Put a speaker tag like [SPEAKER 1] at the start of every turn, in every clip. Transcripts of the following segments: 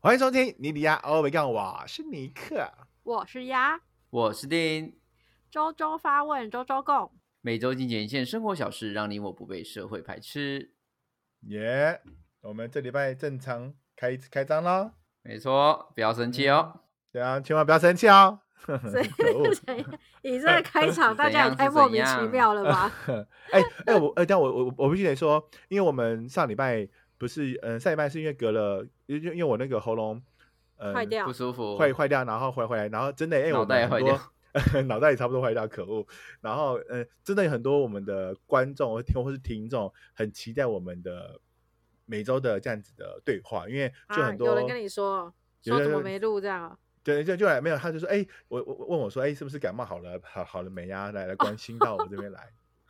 [SPEAKER 1] 欢迎收听尼迪亚欧维杠，我是尼克。
[SPEAKER 2] 我是鸭，
[SPEAKER 3] 我是丁，
[SPEAKER 2] 周周发问，周周共。
[SPEAKER 3] 每周精简一件生活小事，让你我不被社会排斥。
[SPEAKER 1] 耶、我们这礼拜正常开开张啦。
[SPEAKER 3] 没错，不要生气哦。
[SPEAKER 1] 对啊，千万不要生气 哦。
[SPEAKER 2] 所以
[SPEAKER 1] 可恶
[SPEAKER 2] 怎样你这个开场，大家
[SPEAKER 3] 呃
[SPEAKER 2] 也
[SPEAKER 3] 怎样
[SPEAKER 2] 太
[SPEAKER 3] 是
[SPEAKER 2] 莫
[SPEAKER 3] 怎
[SPEAKER 2] 名其
[SPEAKER 3] 样
[SPEAKER 2] 妙 了吧？
[SPEAKER 1] 哎哎，我哎，但我我我必须得说，因为我们上礼拜不是，嗯、上礼拜是因为隔了，因为因为我那个喉咙，呃，
[SPEAKER 2] 坏掉
[SPEAKER 3] 不舒服，
[SPEAKER 1] 坏坏掉，然后回回来，然后真的哎、我
[SPEAKER 3] 脑袋
[SPEAKER 1] 们
[SPEAKER 3] 也
[SPEAKER 1] 很
[SPEAKER 3] 坏掉
[SPEAKER 1] 多。 脑袋也差不多坏掉，可恶！然后，嗯、真的有很多我们的观众或听或是听众很期待我们的每周的这样子的对话，因为就
[SPEAKER 2] 啊，
[SPEAKER 1] 很多、
[SPEAKER 2] 有人跟你说
[SPEAKER 1] 有
[SPEAKER 2] 说
[SPEAKER 1] 人
[SPEAKER 2] 怎么
[SPEAKER 1] 就
[SPEAKER 2] 没录这样啊？
[SPEAKER 1] 对，就就来没有，他就说，哎、我我问我说，哎、是不是感冒好了，好好了没啊？来来关心到我这边来，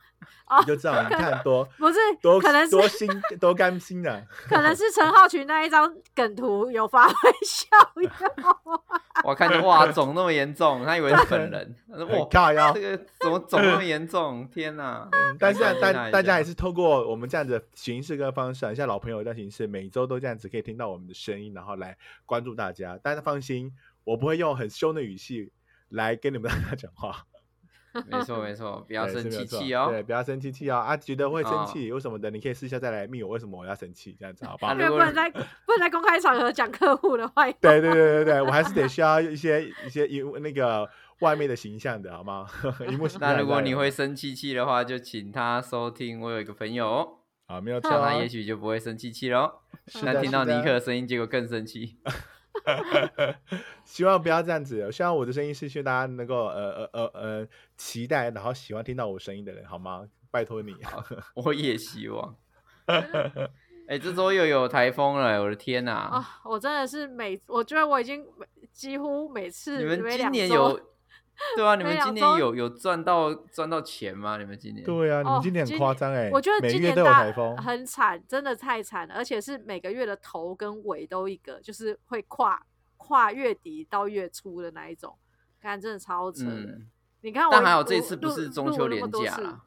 [SPEAKER 2] 哦
[SPEAKER 1] 你就知道你看多
[SPEAKER 2] 不是，
[SPEAKER 1] 多
[SPEAKER 2] 可能是
[SPEAKER 1] 多心多甘心 啊！
[SPEAKER 2] 可能是陈浩群那一张梗图有发挥效用。
[SPEAKER 3] 我看着哇，肿那么严重，他以为是本人。他说
[SPEAKER 1] 很
[SPEAKER 3] 哇，
[SPEAKER 1] 靠腰
[SPEAKER 3] 这，个怎么肿那么严重？天哪！
[SPEAKER 1] 嗯但是
[SPEAKER 3] 赶快
[SPEAKER 1] 大
[SPEAKER 3] 看一下
[SPEAKER 1] 大家还是透过我们这样子的形式跟方式啊，像老朋友的形式，每周都这样子可以听到我们的声音，然后来关注大家。大家放心，我不会用很凶的语气来跟你们大家讲话，
[SPEAKER 3] 没错没错， 不要
[SPEAKER 1] 对是
[SPEAKER 3] 生
[SPEAKER 1] 没有
[SPEAKER 3] 气
[SPEAKER 1] 错
[SPEAKER 3] 气
[SPEAKER 1] 对，
[SPEAKER 3] 哦。
[SPEAKER 1] 不要生气气哦。啊，觉得会生
[SPEAKER 3] 哦
[SPEAKER 1] 气为什么的，你可以私下再来密我，为什么我要生气这 样子，好不好
[SPEAKER 3] 啊
[SPEAKER 2] 因？为
[SPEAKER 3] 如
[SPEAKER 2] 不
[SPEAKER 3] 果
[SPEAKER 2] 能在不能在公开场合讲客户的坏话。
[SPEAKER 1] 对对对对对，我还是得需要一些一些一那个外面的形象的好吗？ 荧幕形象还
[SPEAKER 3] 那
[SPEAKER 1] 在
[SPEAKER 3] 如果你
[SPEAKER 1] 的
[SPEAKER 3] 会生气气的话，就请他收听。我有一个朋友，
[SPEAKER 1] 啊，没有错
[SPEAKER 3] 这样他
[SPEAKER 1] 哦，
[SPEAKER 3] 也许就不会生气气喽。
[SPEAKER 1] 是
[SPEAKER 3] 但
[SPEAKER 1] 的
[SPEAKER 3] 听到
[SPEAKER 1] 是的
[SPEAKER 3] 尼克的声音，结果更生气。
[SPEAKER 1] 希望不要这样子，希望我的声音是希望大家能够呃呃呃呃期待，然后喜欢听到我声音的人，好吗？拜托 你，
[SPEAKER 3] 我也希望。哎、这周又有台风了，我的天哪、
[SPEAKER 2] 啊、我真的是每，我觉得我已经每几乎每次
[SPEAKER 3] 你们
[SPEAKER 2] 每
[SPEAKER 3] 今
[SPEAKER 2] 两
[SPEAKER 3] 年
[SPEAKER 2] 周
[SPEAKER 3] 有？ 对啊，你
[SPEAKER 2] 每
[SPEAKER 3] 们
[SPEAKER 2] 两
[SPEAKER 3] 今年
[SPEAKER 2] 周
[SPEAKER 3] 有有赚到赚到钱吗？你们今年？
[SPEAKER 1] 对啊，你
[SPEAKER 2] 哦
[SPEAKER 1] 们今年很夸张哎，
[SPEAKER 2] 我觉得
[SPEAKER 1] 每
[SPEAKER 2] 今
[SPEAKER 1] 月
[SPEAKER 2] 年
[SPEAKER 1] 都有
[SPEAKER 2] 大
[SPEAKER 1] 台 风，
[SPEAKER 2] 很惨，真的太惨了，而且是每个月的头跟尾都一个，就是会跨跨月底到月初的那一种，感真的超扯的。
[SPEAKER 3] 嗯，
[SPEAKER 2] 你看我，
[SPEAKER 3] 但还好
[SPEAKER 2] 我
[SPEAKER 3] 这一次不
[SPEAKER 2] 录
[SPEAKER 3] 是中
[SPEAKER 2] 录了
[SPEAKER 3] 秋
[SPEAKER 2] 那么
[SPEAKER 3] 连
[SPEAKER 2] 多
[SPEAKER 3] 假
[SPEAKER 2] 次
[SPEAKER 3] 啦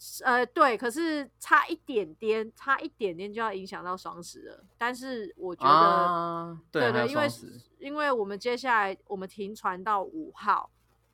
[SPEAKER 2] 是呃，对，可是差一点点，差一点点就要影响到双十了。但是我觉得，
[SPEAKER 3] 啊，
[SPEAKER 2] 对
[SPEAKER 3] 还有
[SPEAKER 2] 因为
[SPEAKER 3] 双十，
[SPEAKER 2] 因为我们接下来我们停船到五号，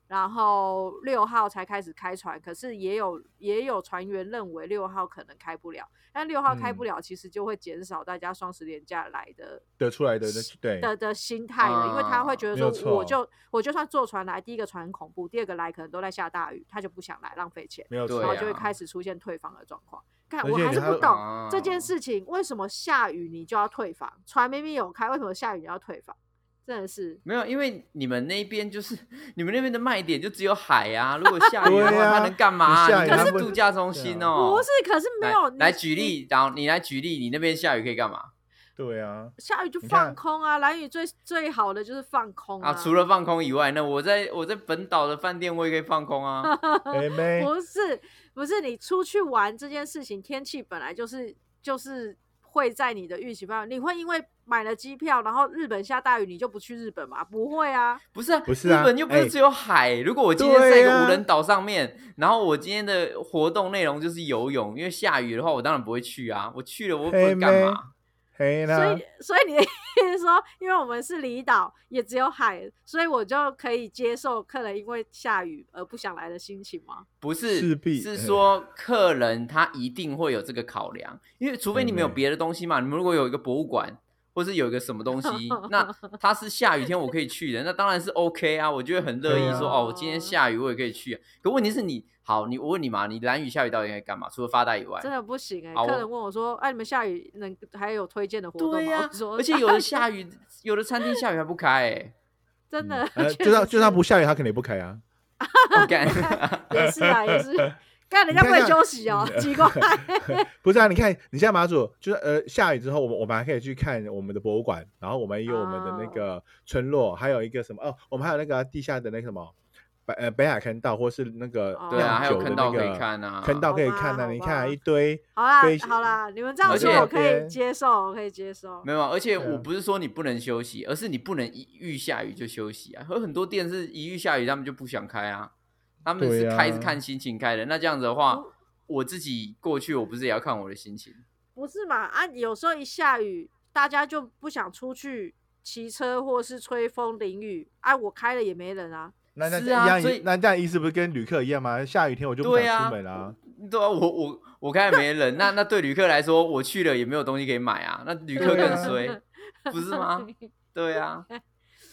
[SPEAKER 2] 然后六号才开始开船，可是也有也有船员认为六号可能开不了，但六号开不
[SPEAKER 1] 嗯
[SPEAKER 2] 了，其实就会减少大家双十连假来的
[SPEAKER 1] 得出来的那对
[SPEAKER 2] 的的心态了，因为他会觉得
[SPEAKER 1] 没有
[SPEAKER 2] 说，我
[SPEAKER 1] 错
[SPEAKER 2] 就我就算坐船来，第一个船很恐怖，第二个来可能都在下大雨，他就不想来，浪费钱，
[SPEAKER 1] 没有错
[SPEAKER 3] 对
[SPEAKER 2] 然
[SPEAKER 3] 啊
[SPEAKER 2] 后，就会开始出现退房的状况。看
[SPEAKER 1] 而
[SPEAKER 2] 我
[SPEAKER 1] 且
[SPEAKER 2] 还
[SPEAKER 1] 你
[SPEAKER 2] 是
[SPEAKER 1] 还
[SPEAKER 2] 不
[SPEAKER 1] 有
[SPEAKER 2] 懂这件
[SPEAKER 3] 啊
[SPEAKER 2] 事情，为什么下雨你就要退房？船明明有开，为什么下雨你要退房？真的是
[SPEAKER 3] 没有，因为你们那边就是 你们那边的卖点就只有海啊。如果下雨
[SPEAKER 1] 对
[SPEAKER 3] 的
[SPEAKER 1] 啊
[SPEAKER 3] 话，它能干嘛、
[SPEAKER 1] 你下雨
[SPEAKER 3] 你看
[SPEAKER 1] 它
[SPEAKER 3] 是
[SPEAKER 1] 不啊
[SPEAKER 3] 度假中心哦、
[SPEAKER 2] 不是，可是没
[SPEAKER 3] 来
[SPEAKER 2] 有
[SPEAKER 3] 来
[SPEAKER 2] 你
[SPEAKER 3] 举
[SPEAKER 2] 你
[SPEAKER 3] 例，然后你来举例，你那边下雨可以干嘛
[SPEAKER 1] 对啊，
[SPEAKER 2] 下雨就
[SPEAKER 1] 你看
[SPEAKER 2] 放空啊！蓝雨最最好的就是放空
[SPEAKER 3] 啊？除了放空以外，那我在我在本岛的饭店我也可以放空 啊。
[SPEAKER 1] 哎妹，
[SPEAKER 2] 不是不是，你出去玩这件事情，天气本来就是就是会在你的预期范围。你会因为买了机票，然后日本下大雨，你就不去日本吗？不会啊，
[SPEAKER 3] 不是、啊，
[SPEAKER 1] 不是啊
[SPEAKER 3] 日本又不
[SPEAKER 1] 哎啊
[SPEAKER 3] 是只有海。如果我今天在一
[SPEAKER 1] 对
[SPEAKER 3] 个
[SPEAKER 1] 啊
[SPEAKER 3] 无人岛上面，然后我今天的活动内容就是游泳，因为下雨的话，我当然不会去啊。我去了，我不
[SPEAKER 1] 嘿
[SPEAKER 3] 会干
[SPEAKER 1] 妹
[SPEAKER 3] 嘛？
[SPEAKER 1] 嘿
[SPEAKER 3] 啊
[SPEAKER 2] 所
[SPEAKER 1] 啦
[SPEAKER 2] 以，所以你的意思是说，因为我们是离岛，也只有海，所以我就可以接受客人因为下雨而不想来的心情吗？
[SPEAKER 3] 不是，
[SPEAKER 1] 势必
[SPEAKER 3] 是
[SPEAKER 1] 嘿
[SPEAKER 3] 说客人他一定会有这个考量，因为除非
[SPEAKER 1] 嘿
[SPEAKER 3] 你们有
[SPEAKER 1] 妹
[SPEAKER 3] 别的东西嘛。你们如果有一个博物馆，或是有一个什么东 西，那它是下雨天我可以去的，那当然是 OK 啊。我就会很乐
[SPEAKER 1] 对
[SPEAKER 3] 意
[SPEAKER 1] 啊
[SPEAKER 3] 说，哦，我今天下雨我也可以去、啊。可问题是你，好，你我问你嘛，你蓝雨下雨到底该干嘛？除了发呆以外，
[SPEAKER 2] 真的不行哎、
[SPEAKER 3] 好
[SPEAKER 2] 客
[SPEAKER 3] 我
[SPEAKER 2] 人问我说：“哎、你们下雨能还有推荐的活动吗？”
[SPEAKER 3] 对呀、
[SPEAKER 2] 我说：“
[SPEAKER 3] 而且有的下雨，有的餐厅下雨还不开、欸，
[SPEAKER 2] 真的
[SPEAKER 1] 嗯，呃，
[SPEAKER 2] 确
[SPEAKER 1] 就算
[SPEAKER 2] 实
[SPEAKER 1] 就算
[SPEAKER 2] 是
[SPEAKER 1] 不下雨，他肯定不开啊。
[SPEAKER 3] 我 感
[SPEAKER 2] 也是啊，也是。干人家
[SPEAKER 1] 你
[SPEAKER 2] 不
[SPEAKER 1] 看
[SPEAKER 2] 会
[SPEAKER 1] 看
[SPEAKER 2] 休息哦，
[SPEAKER 3] 嗯
[SPEAKER 2] 奇怪。
[SPEAKER 1] 不是啊，你看，你像马祖，就是呃，下雨之后，我们我们还可以去看我们的博物馆，然后我们也有我们的那
[SPEAKER 2] 哦
[SPEAKER 1] 个村落，还有一个什么哦，我们还有那个地下的那个什么北呃北海坑道，或是那个
[SPEAKER 2] 哦
[SPEAKER 3] 对啊，
[SPEAKER 1] 酿
[SPEAKER 3] 还
[SPEAKER 1] 酒
[SPEAKER 3] 有
[SPEAKER 1] 的
[SPEAKER 3] 坑
[SPEAKER 1] 那
[SPEAKER 3] 道
[SPEAKER 1] 个
[SPEAKER 3] 可以看啊，
[SPEAKER 1] 坑道可以
[SPEAKER 2] 好吧
[SPEAKER 1] 看啊，
[SPEAKER 2] 好
[SPEAKER 1] 你看
[SPEAKER 2] 吧
[SPEAKER 1] 一堆，
[SPEAKER 2] 好啦
[SPEAKER 1] 飞行，
[SPEAKER 2] 好啦，你们这样
[SPEAKER 3] 而
[SPEAKER 2] 说
[SPEAKER 3] 且
[SPEAKER 2] 我可以
[SPEAKER 1] 边
[SPEAKER 2] 接受，我可以接受
[SPEAKER 3] 没。有啊，而且
[SPEAKER 1] 对啊
[SPEAKER 3] 我不是说你不能休息，而是你不能一遇下雨就休息啊。有很多店是一遇下雨他们就不想开啊，他们是
[SPEAKER 1] 对啊
[SPEAKER 3] 开是看心情开的。那这样子的话
[SPEAKER 2] 不，
[SPEAKER 3] 我自己过去我不是也要看我的心情？
[SPEAKER 2] 不是嘛？啊，有时候一下雨，大家就不想出去骑车或是吹风淋雨，哎、我开了也没人啊。
[SPEAKER 1] 那那
[SPEAKER 3] 是
[SPEAKER 1] 这样
[SPEAKER 3] 啊
[SPEAKER 1] 一
[SPEAKER 3] 所以
[SPEAKER 1] 那这样意思不是跟旅客一样吗？下雨天我就不
[SPEAKER 3] 对
[SPEAKER 1] 想
[SPEAKER 3] 啊
[SPEAKER 1] 出门啦。
[SPEAKER 3] 对啊，我我我看没人，那那对旅客来说，我去了也没有东西可以买啊，那旅客
[SPEAKER 1] 对
[SPEAKER 3] 更
[SPEAKER 1] 啊
[SPEAKER 3] 衰，不是 吗？对啊，
[SPEAKER 1] 对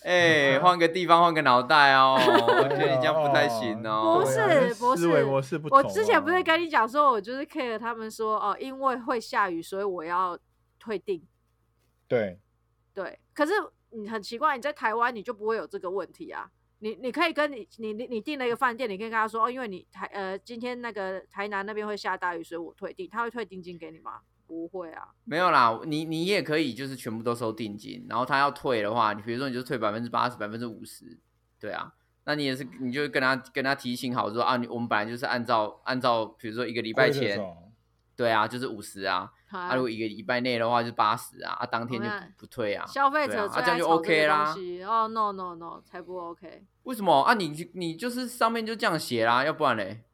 [SPEAKER 3] 哎、
[SPEAKER 1] 啊
[SPEAKER 3] 换个地方，换个脑袋哦，我觉得你
[SPEAKER 1] 哎呀
[SPEAKER 3] 这样不太行
[SPEAKER 1] 哦
[SPEAKER 3] 哦。
[SPEAKER 2] 不是
[SPEAKER 1] 对啊
[SPEAKER 2] 不是
[SPEAKER 1] 思维模式不同
[SPEAKER 2] 我
[SPEAKER 1] 啊。
[SPEAKER 2] 之前不是跟你讲说，我就是 care 他们说哦，因为会下雨，所以我要退订。
[SPEAKER 1] 对
[SPEAKER 2] 对，可是你很奇怪，你在台湾你就不会有这个问题啊。你你可以跟你你你你订了一个饭店，你可以跟他说哦，因为你台呃今天那个台南那边会下大雨，所以我退订，他会退定金给你吗？不会啊，
[SPEAKER 3] 没有啦，你你也可以就是全部都收定金，然后他要退的话，你比如说你就退百分之八十、百分之五十，对啊，那你也是你就跟他跟他提醒好说啊，你我们本来就是按照按照比如说一个礼拜
[SPEAKER 1] 规则
[SPEAKER 3] 前，
[SPEAKER 1] 走
[SPEAKER 3] 对啊，就是五十啊，啊，
[SPEAKER 2] 啊
[SPEAKER 3] 如果一个礼拜内的话就八十啊，啊，当
[SPEAKER 1] 哦
[SPEAKER 3] 天就
[SPEAKER 2] 我看
[SPEAKER 3] 不不退啊。
[SPEAKER 2] 消费
[SPEAKER 3] 对啊
[SPEAKER 2] 者
[SPEAKER 3] 啊
[SPEAKER 2] 最
[SPEAKER 3] 这样
[SPEAKER 2] 爱
[SPEAKER 3] 就
[SPEAKER 2] 炒
[SPEAKER 3] OK
[SPEAKER 2] 这个
[SPEAKER 3] 啦
[SPEAKER 2] 东西哦，no no no，才不 OK。
[SPEAKER 3] 为什么啊？你你就是上面就这样写啦，要不然嘞？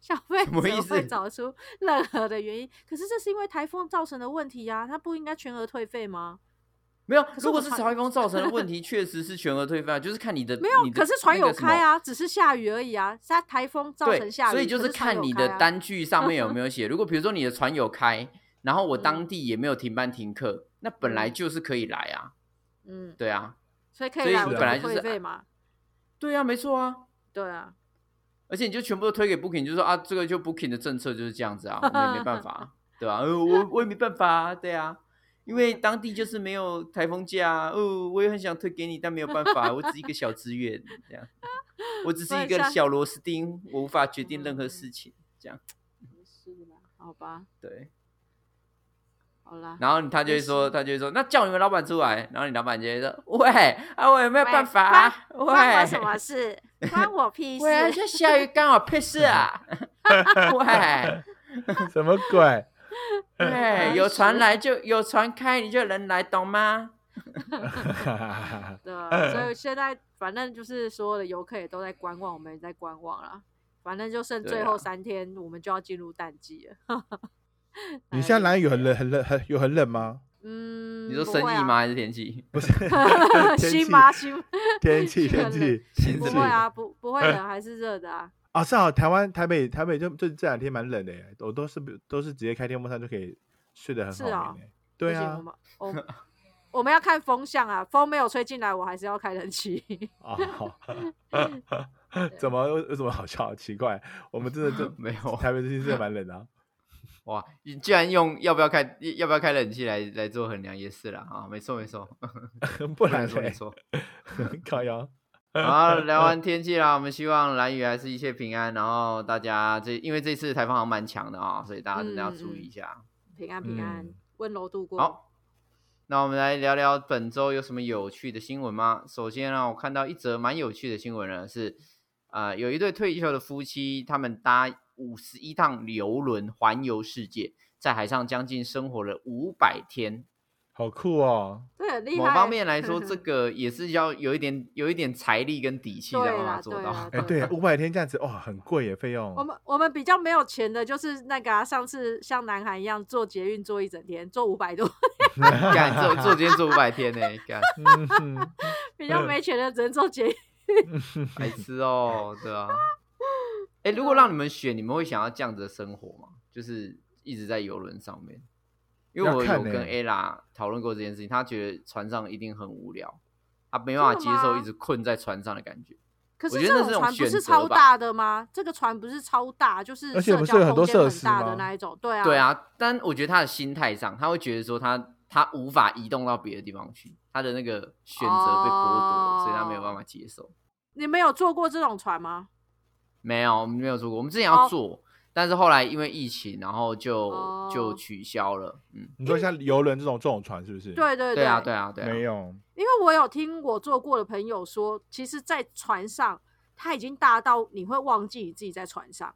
[SPEAKER 2] 消费
[SPEAKER 3] 什么意
[SPEAKER 2] 者会
[SPEAKER 3] 思
[SPEAKER 2] 找出任何的原因，可是这是因为台风造成的问题呀、啊，他不应该全额退费吗？
[SPEAKER 3] 没有，
[SPEAKER 2] 是
[SPEAKER 3] 如果
[SPEAKER 2] 我
[SPEAKER 3] 是
[SPEAKER 2] 传
[SPEAKER 3] 台风造成的问题，确实是全额退费啊，就是看你的
[SPEAKER 2] 没有，
[SPEAKER 3] 你的
[SPEAKER 2] 可是船
[SPEAKER 3] 那
[SPEAKER 2] 有
[SPEAKER 3] 个什么
[SPEAKER 2] 开啊，只是下雨而已啊，是它台风造成
[SPEAKER 3] 对，
[SPEAKER 2] 下雨，
[SPEAKER 3] 所以就
[SPEAKER 2] 可是船
[SPEAKER 3] 看
[SPEAKER 2] 有
[SPEAKER 3] 你
[SPEAKER 2] 开
[SPEAKER 3] 的
[SPEAKER 2] 啊
[SPEAKER 3] 单据上面有没有 写。如果比如说你的船有开，然后我
[SPEAKER 2] 嗯
[SPEAKER 3] 当地也没有停班停课，那本来
[SPEAKER 2] 嗯
[SPEAKER 3] 就是可以来啊，
[SPEAKER 2] 嗯，
[SPEAKER 3] 对啊，
[SPEAKER 2] 所以可
[SPEAKER 3] 所
[SPEAKER 2] 以
[SPEAKER 3] 以
[SPEAKER 2] 来，
[SPEAKER 1] 是
[SPEAKER 2] 我
[SPEAKER 1] 啊
[SPEAKER 2] 就
[SPEAKER 1] 本
[SPEAKER 3] 来
[SPEAKER 2] 不
[SPEAKER 3] 就是
[SPEAKER 2] 退费嘛，
[SPEAKER 3] 对啊，没错啊。
[SPEAKER 2] 对啊，
[SPEAKER 3] 而且你就全部都推给 Booking，就说啊，这个就 Booking 的政策就是这样子啊，我们也没办法 啊，对吧、啊？呃，我我也没办法啊，对啊，因为当地就是没有台风假、啊，哦，我也很想推给你，但没有办法，啊我只是一个小职员，这样，我只是一个小螺丝钉，我无法决定任何事
[SPEAKER 2] 嗯
[SPEAKER 3] 情，
[SPEAKER 2] 是啦，好吧，
[SPEAKER 3] 对。
[SPEAKER 2] 好啦，
[SPEAKER 3] 然后他就会说，他就会说，那叫你们老板出来，然后你老板就会说，喂，啊，我也没有办法、啊，喂，
[SPEAKER 2] 关我什么事？关 我屁事！
[SPEAKER 3] 喂，啊这下雨干我屁事 啊，喂。
[SPEAKER 1] 什么 鬼？
[SPEAKER 3] 对，哎有船来就有船开，你就能来，懂吗？
[SPEAKER 2] 对啊，所以现在反正就是所有的游客也都在观望，我们也在观望啦。反正就剩
[SPEAKER 3] 对
[SPEAKER 2] 最后
[SPEAKER 3] 啊
[SPEAKER 2] 三天，我们就要进入淡季了。 哎
[SPEAKER 1] 你现在南屿很冷，很冷，很有很冷吗？
[SPEAKER 2] 嗯，
[SPEAKER 3] 你说
[SPEAKER 2] 不
[SPEAKER 3] 生
[SPEAKER 2] 会
[SPEAKER 3] 意
[SPEAKER 2] 啊
[SPEAKER 3] 吗？？还是天气？
[SPEAKER 1] 天气
[SPEAKER 2] 新 吗？新
[SPEAKER 1] 天气，
[SPEAKER 2] 是
[SPEAKER 1] 天
[SPEAKER 2] 很
[SPEAKER 1] 气， 天
[SPEAKER 2] 不
[SPEAKER 1] 气
[SPEAKER 2] 会啊，不不会冷，还是热的啊。
[SPEAKER 1] 啊！是啊，台湾台北台北就就这两天蛮冷的耶，我都是都是直接开电风扇就可以睡得很
[SPEAKER 2] 是
[SPEAKER 1] 好
[SPEAKER 2] 啊
[SPEAKER 1] 眠耶。对
[SPEAKER 2] 不行
[SPEAKER 1] 啊
[SPEAKER 2] 我，们我我 们要看风向啊，风没有吹进来，我还是要开冷气。
[SPEAKER 1] 啊 好，怎么有有什么好笑？奇怪，我们真的这
[SPEAKER 3] 没有
[SPEAKER 1] 台北最近真的蛮冷的啊。
[SPEAKER 3] 哇！你居然用要不要开要不要开冷气来来做衡量也是啦啊，没错没 错，
[SPEAKER 1] 不
[SPEAKER 3] 能
[SPEAKER 1] 然
[SPEAKER 3] 说 没
[SPEAKER 1] 嘞，
[SPEAKER 3] 错。
[SPEAKER 1] 靠腰。
[SPEAKER 3] 好，聊完天气啦，我们希望蓝雨还是一切平安，然后大家这因为这次台风好像蛮强的啊，所以大家真的要注意一下。
[SPEAKER 2] 平安平安
[SPEAKER 1] 嗯，
[SPEAKER 2] 温柔度过。
[SPEAKER 3] 好，那我们来聊聊本周有什么有趣的新闻吗？首先啊，我看到一则蛮有趣的新闻呢，是呃，有一对退休的夫妻，他们搭五十一趟游轮环游世界，在海上将近生活了五百天。
[SPEAKER 1] 好酷哦！
[SPEAKER 2] 这很厉害。
[SPEAKER 3] 某方面来 说，这个也是要有一点有一点财力跟底气才
[SPEAKER 2] 对
[SPEAKER 3] 有办法
[SPEAKER 2] 啦
[SPEAKER 3] 啊做
[SPEAKER 2] 对
[SPEAKER 3] 到。
[SPEAKER 2] 啦
[SPEAKER 1] 哎，对，五百天这样子，哇，很贵耶，费用
[SPEAKER 2] 我。们我们比较没有钱的，就是那个、啊、上次像南韩一样坐捷运坐一整天，坐五百多，
[SPEAKER 3] 干，做做今天做五百天呢、干
[SPEAKER 1] 嗯哼
[SPEAKER 2] 比较没钱的只能坐捷运。
[SPEAKER 3] 白痴哦，对 啊。哎、如果让你们选，你们会想要这样子的生活吗？就是一直在游轮上面，因为
[SPEAKER 1] 要
[SPEAKER 3] 我有
[SPEAKER 1] 看
[SPEAKER 3] 跟
[SPEAKER 1] 欸
[SPEAKER 3] Ella 讨论过这件事情，她觉得船上一定很无聊，她没办法接
[SPEAKER 2] 真的吗
[SPEAKER 3] 受一直困在船上的感觉。
[SPEAKER 2] 可
[SPEAKER 3] 我
[SPEAKER 2] 是
[SPEAKER 3] 觉得
[SPEAKER 2] 这
[SPEAKER 3] 那是一种
[SPEAKER 2] 船不
[SPEAKER 3] 选择
[SPEAKER 2] 是超
[SPEAKER 3] 吧
[SPEAKER 2] 大的吗？这个船不是超大，就是
[SPEAKER 1] 而且
[SPEAKER 2] 社
[SPEAKER 1] 不是
[SPEAKER 2] 交
[SPEAKER 1] 有很多
[SPEAKER 2] 空间
[SPEAKER 1] 设施
[SPEAKER 2] 大
[SPEAKER 1] 吗
[SPEAKER 2] 的那一种，对啊，
[SPEAKER 3] 对，啊，但我觉得她的心态上，她会觉得说她她无法移动到别的地方去，她的那个选择被剥夺了，所以她没有办
[SPEAKER 2] 哦
[SPEAKER 3] 法接受。
[SPEAKER 2] 你们有坐过这种船吗？
[SPEAKER 3] 没有，我们没有做过，我们之前
[SPEAKER 2] 哦
[SPEAKER 3] 要做，但是后来因为疫情，然后就、就
[SPEAKER 2] 哦
[SPEAKER 3] 取消了。嗯，
[SPEAKER 1] 你说像游轮这种这种船是不是？，
[SPEAKER 2] 对对
[SPEAKER 3] 对啊，对啊，对啊，
[SPEAKER 1] 没有。
[SPEAKER 2] 因为我有听我坐过的朋友说，其实，在船上他已经大到你会忘记你自己在船上。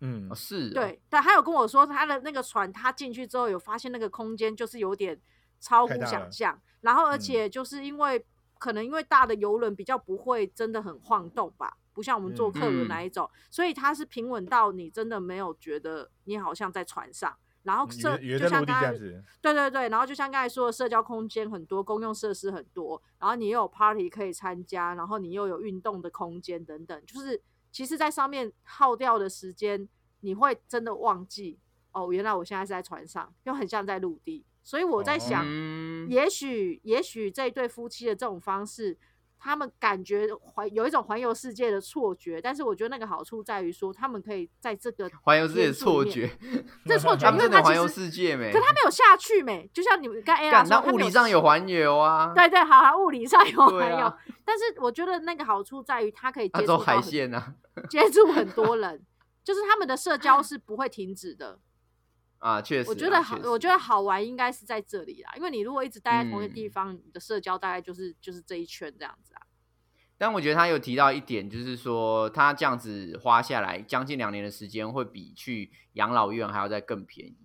[SPEAKER 1] 嗯
[SPEAKER 3] 哦、，是、哦，
[SPEAKER 2] 对，但他有跟我说，他的那个船，他进去之后有发现那个空间就是有点超乎
[SPEAKER 1] 太大了嗯
[SPEAKER 2] 想象，然后而且就是因为、可能因为大的游轮比较不会真的很晃动吧，不像我们
[SPEAKER 1] 嗯
[SPEAKER 2] 坐客轮那一种，所以它是平稳到你真的没有觉得你好像在船上。然
[SPEAKER 3] 哦
[SPEAKER 2] 后社
[SPEAKER 1] 原原
[SPEAKER 2] 就
[SPEAKER 1] 嗯在
[SPEAKER 2] 像
[SPEAKER 1] 陆地
[SPEAKER 2] 刚
[SPEAKER 1] 这
[SPEAKER 2] 才
[SPEAKER 1] 样子，
[SPEAKER 2] 对对对，然后就像刚才说的，社交空间很多，公用设施很多，然后你又有 party 可以参加，然后你又有运动的空间等等，就是其实，在上面耗掉的时间，你会真的忘记哦，原来我现在是在船上，又很像在陆地，所以我在想，
[SPEAKER 3] 嗯，
[SPEAKER 2] 也许也许这一对夫妻的这种方式，他们感觉环有一种环游世界的错觉，但是我觉得那个好处在于说，他们可以在这个
[SPEAKER 3] 环游世界的错
[SPEAKER 2] 天
[SPEAKER 3] 觉，
[SPEAKER 2] 这错觉，
[SPEAKER 3] 他
[SPEAKER 2] 因
[SPEAKER 3] 们
[SPEAKER 2] 为
[SPEAKER 3] 真的
[SPEAKER 2] 他
[SPEAKER 3] 环游
[SPEAKER 2] 其实。
[SPEAKER 3] 世界没
[SPEAKER 2] 可？他没有下去没，就像你们刚 A
[SPEAKER 3] 干，
[SPEAKER 2] 说，
[SPEAKER 3] 那
[SPEAKER 2] 他
[SPEAKER 3] 物
[SPEAKER 2] 没
[SPEAKER 3] 理上有环游啊，
[SPEAKER 2] 对对，好、啊，物理上有
[SPEAKER 3] 对
[SPEAKER 2] 还有，
[SPEAKER 3] 啊，
[SPEAKER 2] 但是我觉得那个好处在于它可 以
[SPEAKER 3] 他
[SPEAKER 2] 接触
[SPEAKER 3] 走
[SPEAKER 2] 到
[SPEAKER 3] 海
[SPEAKER 2] 很
[SPEAKER 3] 线啊，
[SPEAKER 2] 接触很多人，就是他们的社交是不会停止的。
[SPEAKER 3] 啊， 确实啊，
[SPEAKER 2] 我觉得好
[SPEAKER 3] 确，实
[SPEAKER 2] 我觉得好玩应该是在这里啦，因为你如果一直待在同一个地
[SPEAKER 3] 嗯
[SPEAKER 2] 方，你的社交大概就是就是这一圈这样子啊。
[SPEAKER 3] 但我觉得他有提到一点，就是说他这样子花下来将近两年的时间，会比去养老院还要再更便宜。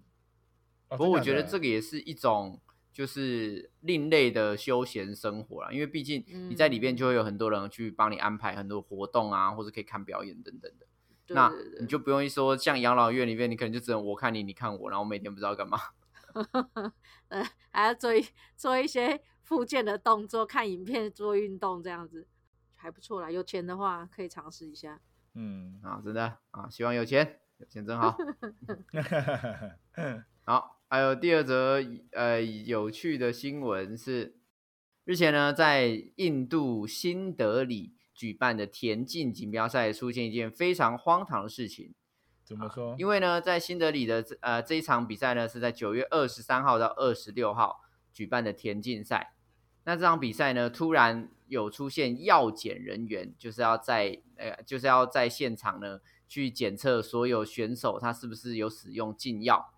[SPEAKER 1] 不
[SPEAKER 3] 不过我觉得这
[SPEAKER 1] 个
[SPEAKER 3] 个也是一种就是另类的休闲生活啦，因为毕竟你在里边
[SPEAKER 2] 嗯
[SPEAKER 3] 就会有很多人去帮你安排很多活动啊，或者可以看表演等等的。
[SPEAKER 2] 对
[SPEAKER 3] 那
[SPEAKER 2] 对对
[SPEAKER 3] 你就不用说像养老院里面，你可能就只能我看你，你看我，然后每天不知道干嘛。
[SPEAKER 2] 呃，还要做一做一些附件的动作，看影片、做运动这样子，还不错啦。有钱的话可以尝试一下。
[SPEAKER 1] 嗯，
[SPEAKER 3] 啊，真的啊，希望有钱，有钱真 好。
[SPEAKER 1] 嗯
[SPEAKER 3] 好，还有第二则呃有趣的新闻是，日前呢在印度新德里举办的田径锦标赛出现一件非常荒唐的事情，
[SPEAKER 1] 怎么说？
[SPEAKER 3] 因为呢在新德里的这呃这一场比赛呢是在九月二十三号到二十六号举办的田径赛，那这场比赛呢突然有出现药检人员，就是要在呃就是要在现场呢去检测所有选手他是不是有使用禁药。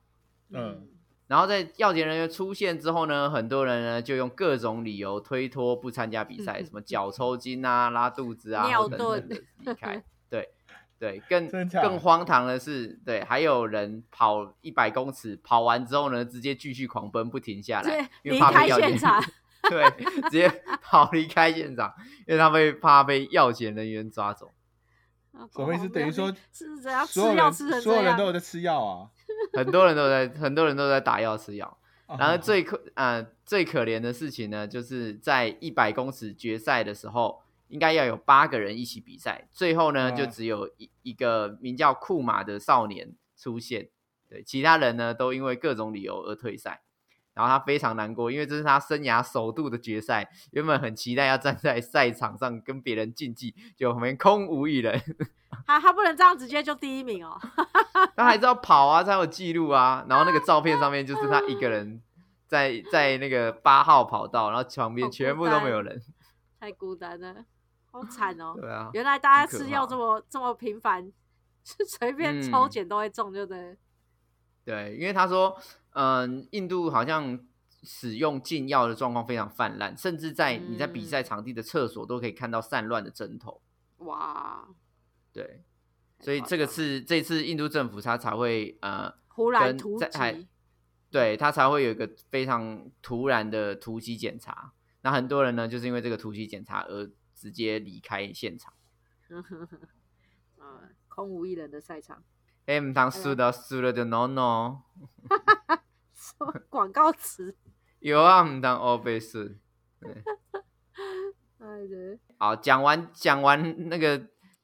[SPEAKER 1] 嗯
[SPEAKER 3] 然后在药检人员出现之后呢，很多人呢就用各种理由推脱不参加比赛，什么脚抽筋啊、拉肚子啊、
[SPEAKER 2] 尿
[SPEAKER 3] 或等等的离开。对对，更
[SPEAKER 1] 真假
[SPEAKER 3] 更荒唐的是，对，还有人跑一百公尺，跑完之后呢，直接继续狂奔，不停下
[SPEAKER 2] 嗯，这
[SPEAKER 3] 来，因为
[SPEAKER 2] 离
[SPEAKER 3] 怕
[SPEAKER 2] 开
[SPEAKER 3] 被药
[SPEAKER 2] 现
[SPEAKER 3] 检。
[SPEAKER 2] 场，
[SPEAKER 3] 对，直接跑离开现场，因为他被怕被药检人员抓走。
[SPEAKER 2] 啊
[SPEAKER 1] 所谓是等于说
[SPEAKER 2] 是怎样吃
[SPEAKER 1] 所有
[SPEAKER 2] 药
[SPEAKER 1] 人
[SPEAKER 2] 吃成
[SPEAKER 1] 所有
[SPEAKER 2] 这
[SPEAKER 1] 人都有
[SPEAKER 2] 样？
[SPEAKER 1] 在吃药啊。
[SPEAKER 3] 很多人都在，很多人都在打药吃药。然后
[SPEAKER 1] 这
[SPEAKER 3] 最可呃最可怜的事情呢，就是在一百公尺决赛的时候，应该要有八个人一起比赛，最后呢
[SPEAKER 1] 嗯
[SPEAKER 3] 就只有一一个名叫库马的少年出现，对，其他人呢都因为各种理由而退赛。然后他非常难过，因为这是他生涯首度的决赛，原本很期待要站在赛场上跟别人竞技，结果旁边空无一人。
[SPEAKER 2] 他他不能这样直接就第一名哦。
[SPEAKER 3] 他还是要跑啊，才有记录啊。然后那个照片上面就是他一个人在 在那个八号跑道，然后旁边
[SPEAKER 2] 好孤
[SPEAKER 3] 全部都没有人。
[SPEAKER 2] 太孤单了，好惨哦！
[SPEAKER 3] 对啊，
[SPEAKER 2] 原来大家
[SPEAKER 3] 很可
[SPEAKER 2] 吃药
[SPEAKER 3] 怕
[SPEAKER 2] 这么这么频繁，是随便抽
[SPEAKER 3] 嗯
[SPEAKER 2] 检都会中，就对了。
[SPEAKER 3] 对，啊因为他说，嗯，印度好像使用禁药的状况非常泛滥，甚至在你在比赛
[SPEAKER 2] 嗯
[SPEAKER 3] 场地的厕所都可以看到散乱的针头。
[SPEAKER 2] 哇，
[SPEAKER 3] 对，
[SPEAKER 2] 太
[SPEAKER 3] 所以
[SPEAKER 2] 夸
[SPEAKER 3] 这个
[SPEAKER 2] 张
[SPEAKER 3] 是这次印度政府他才会呃
[SPEAKER 2] 忽然
[SPEAKER 3] 跟
[SPEAKER 2] 突
[SPEAKER 3] 在哎海
[SPEAKER 2] 击，
[SPEAKER 3] 对他才会有一个非常突然的突击检查。那很多人呢，就是因为这个突击检查而直接离开现场。
[SPEAKER 2] 嗯，空无一人的赛场，
[SPEAKER 3] 哎，唔通输的输了就 no no，
[SPEAKER 2] 什 么广告词？
[SPEAKER 3] 有啊，唔当欧贝输。
[SPEAKER 2] 哎的，
[SPEAKER 3] 好，讲完讲完那个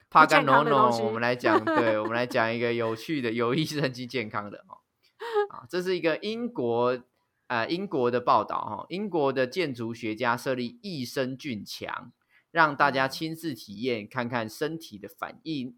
[SPEAKER 3] 帕干
[SPEAKER 2] 健康
[SPEAKER 3] no
[SPEAKER 2] 的东
[SPEAKER 3] no，
[SPEAKER 2] 西
[SPEAKER 3] 我们来讲，对我们 来讲一个有趣的、有益身心健康的哦。啊，这是一个英国呃英国的报道哦，英国的建筑学家设立益生菌墙，让大
[SPEAKER 2] 嗯
[SPEAKER 3] 家亲自体验看看身体的反应。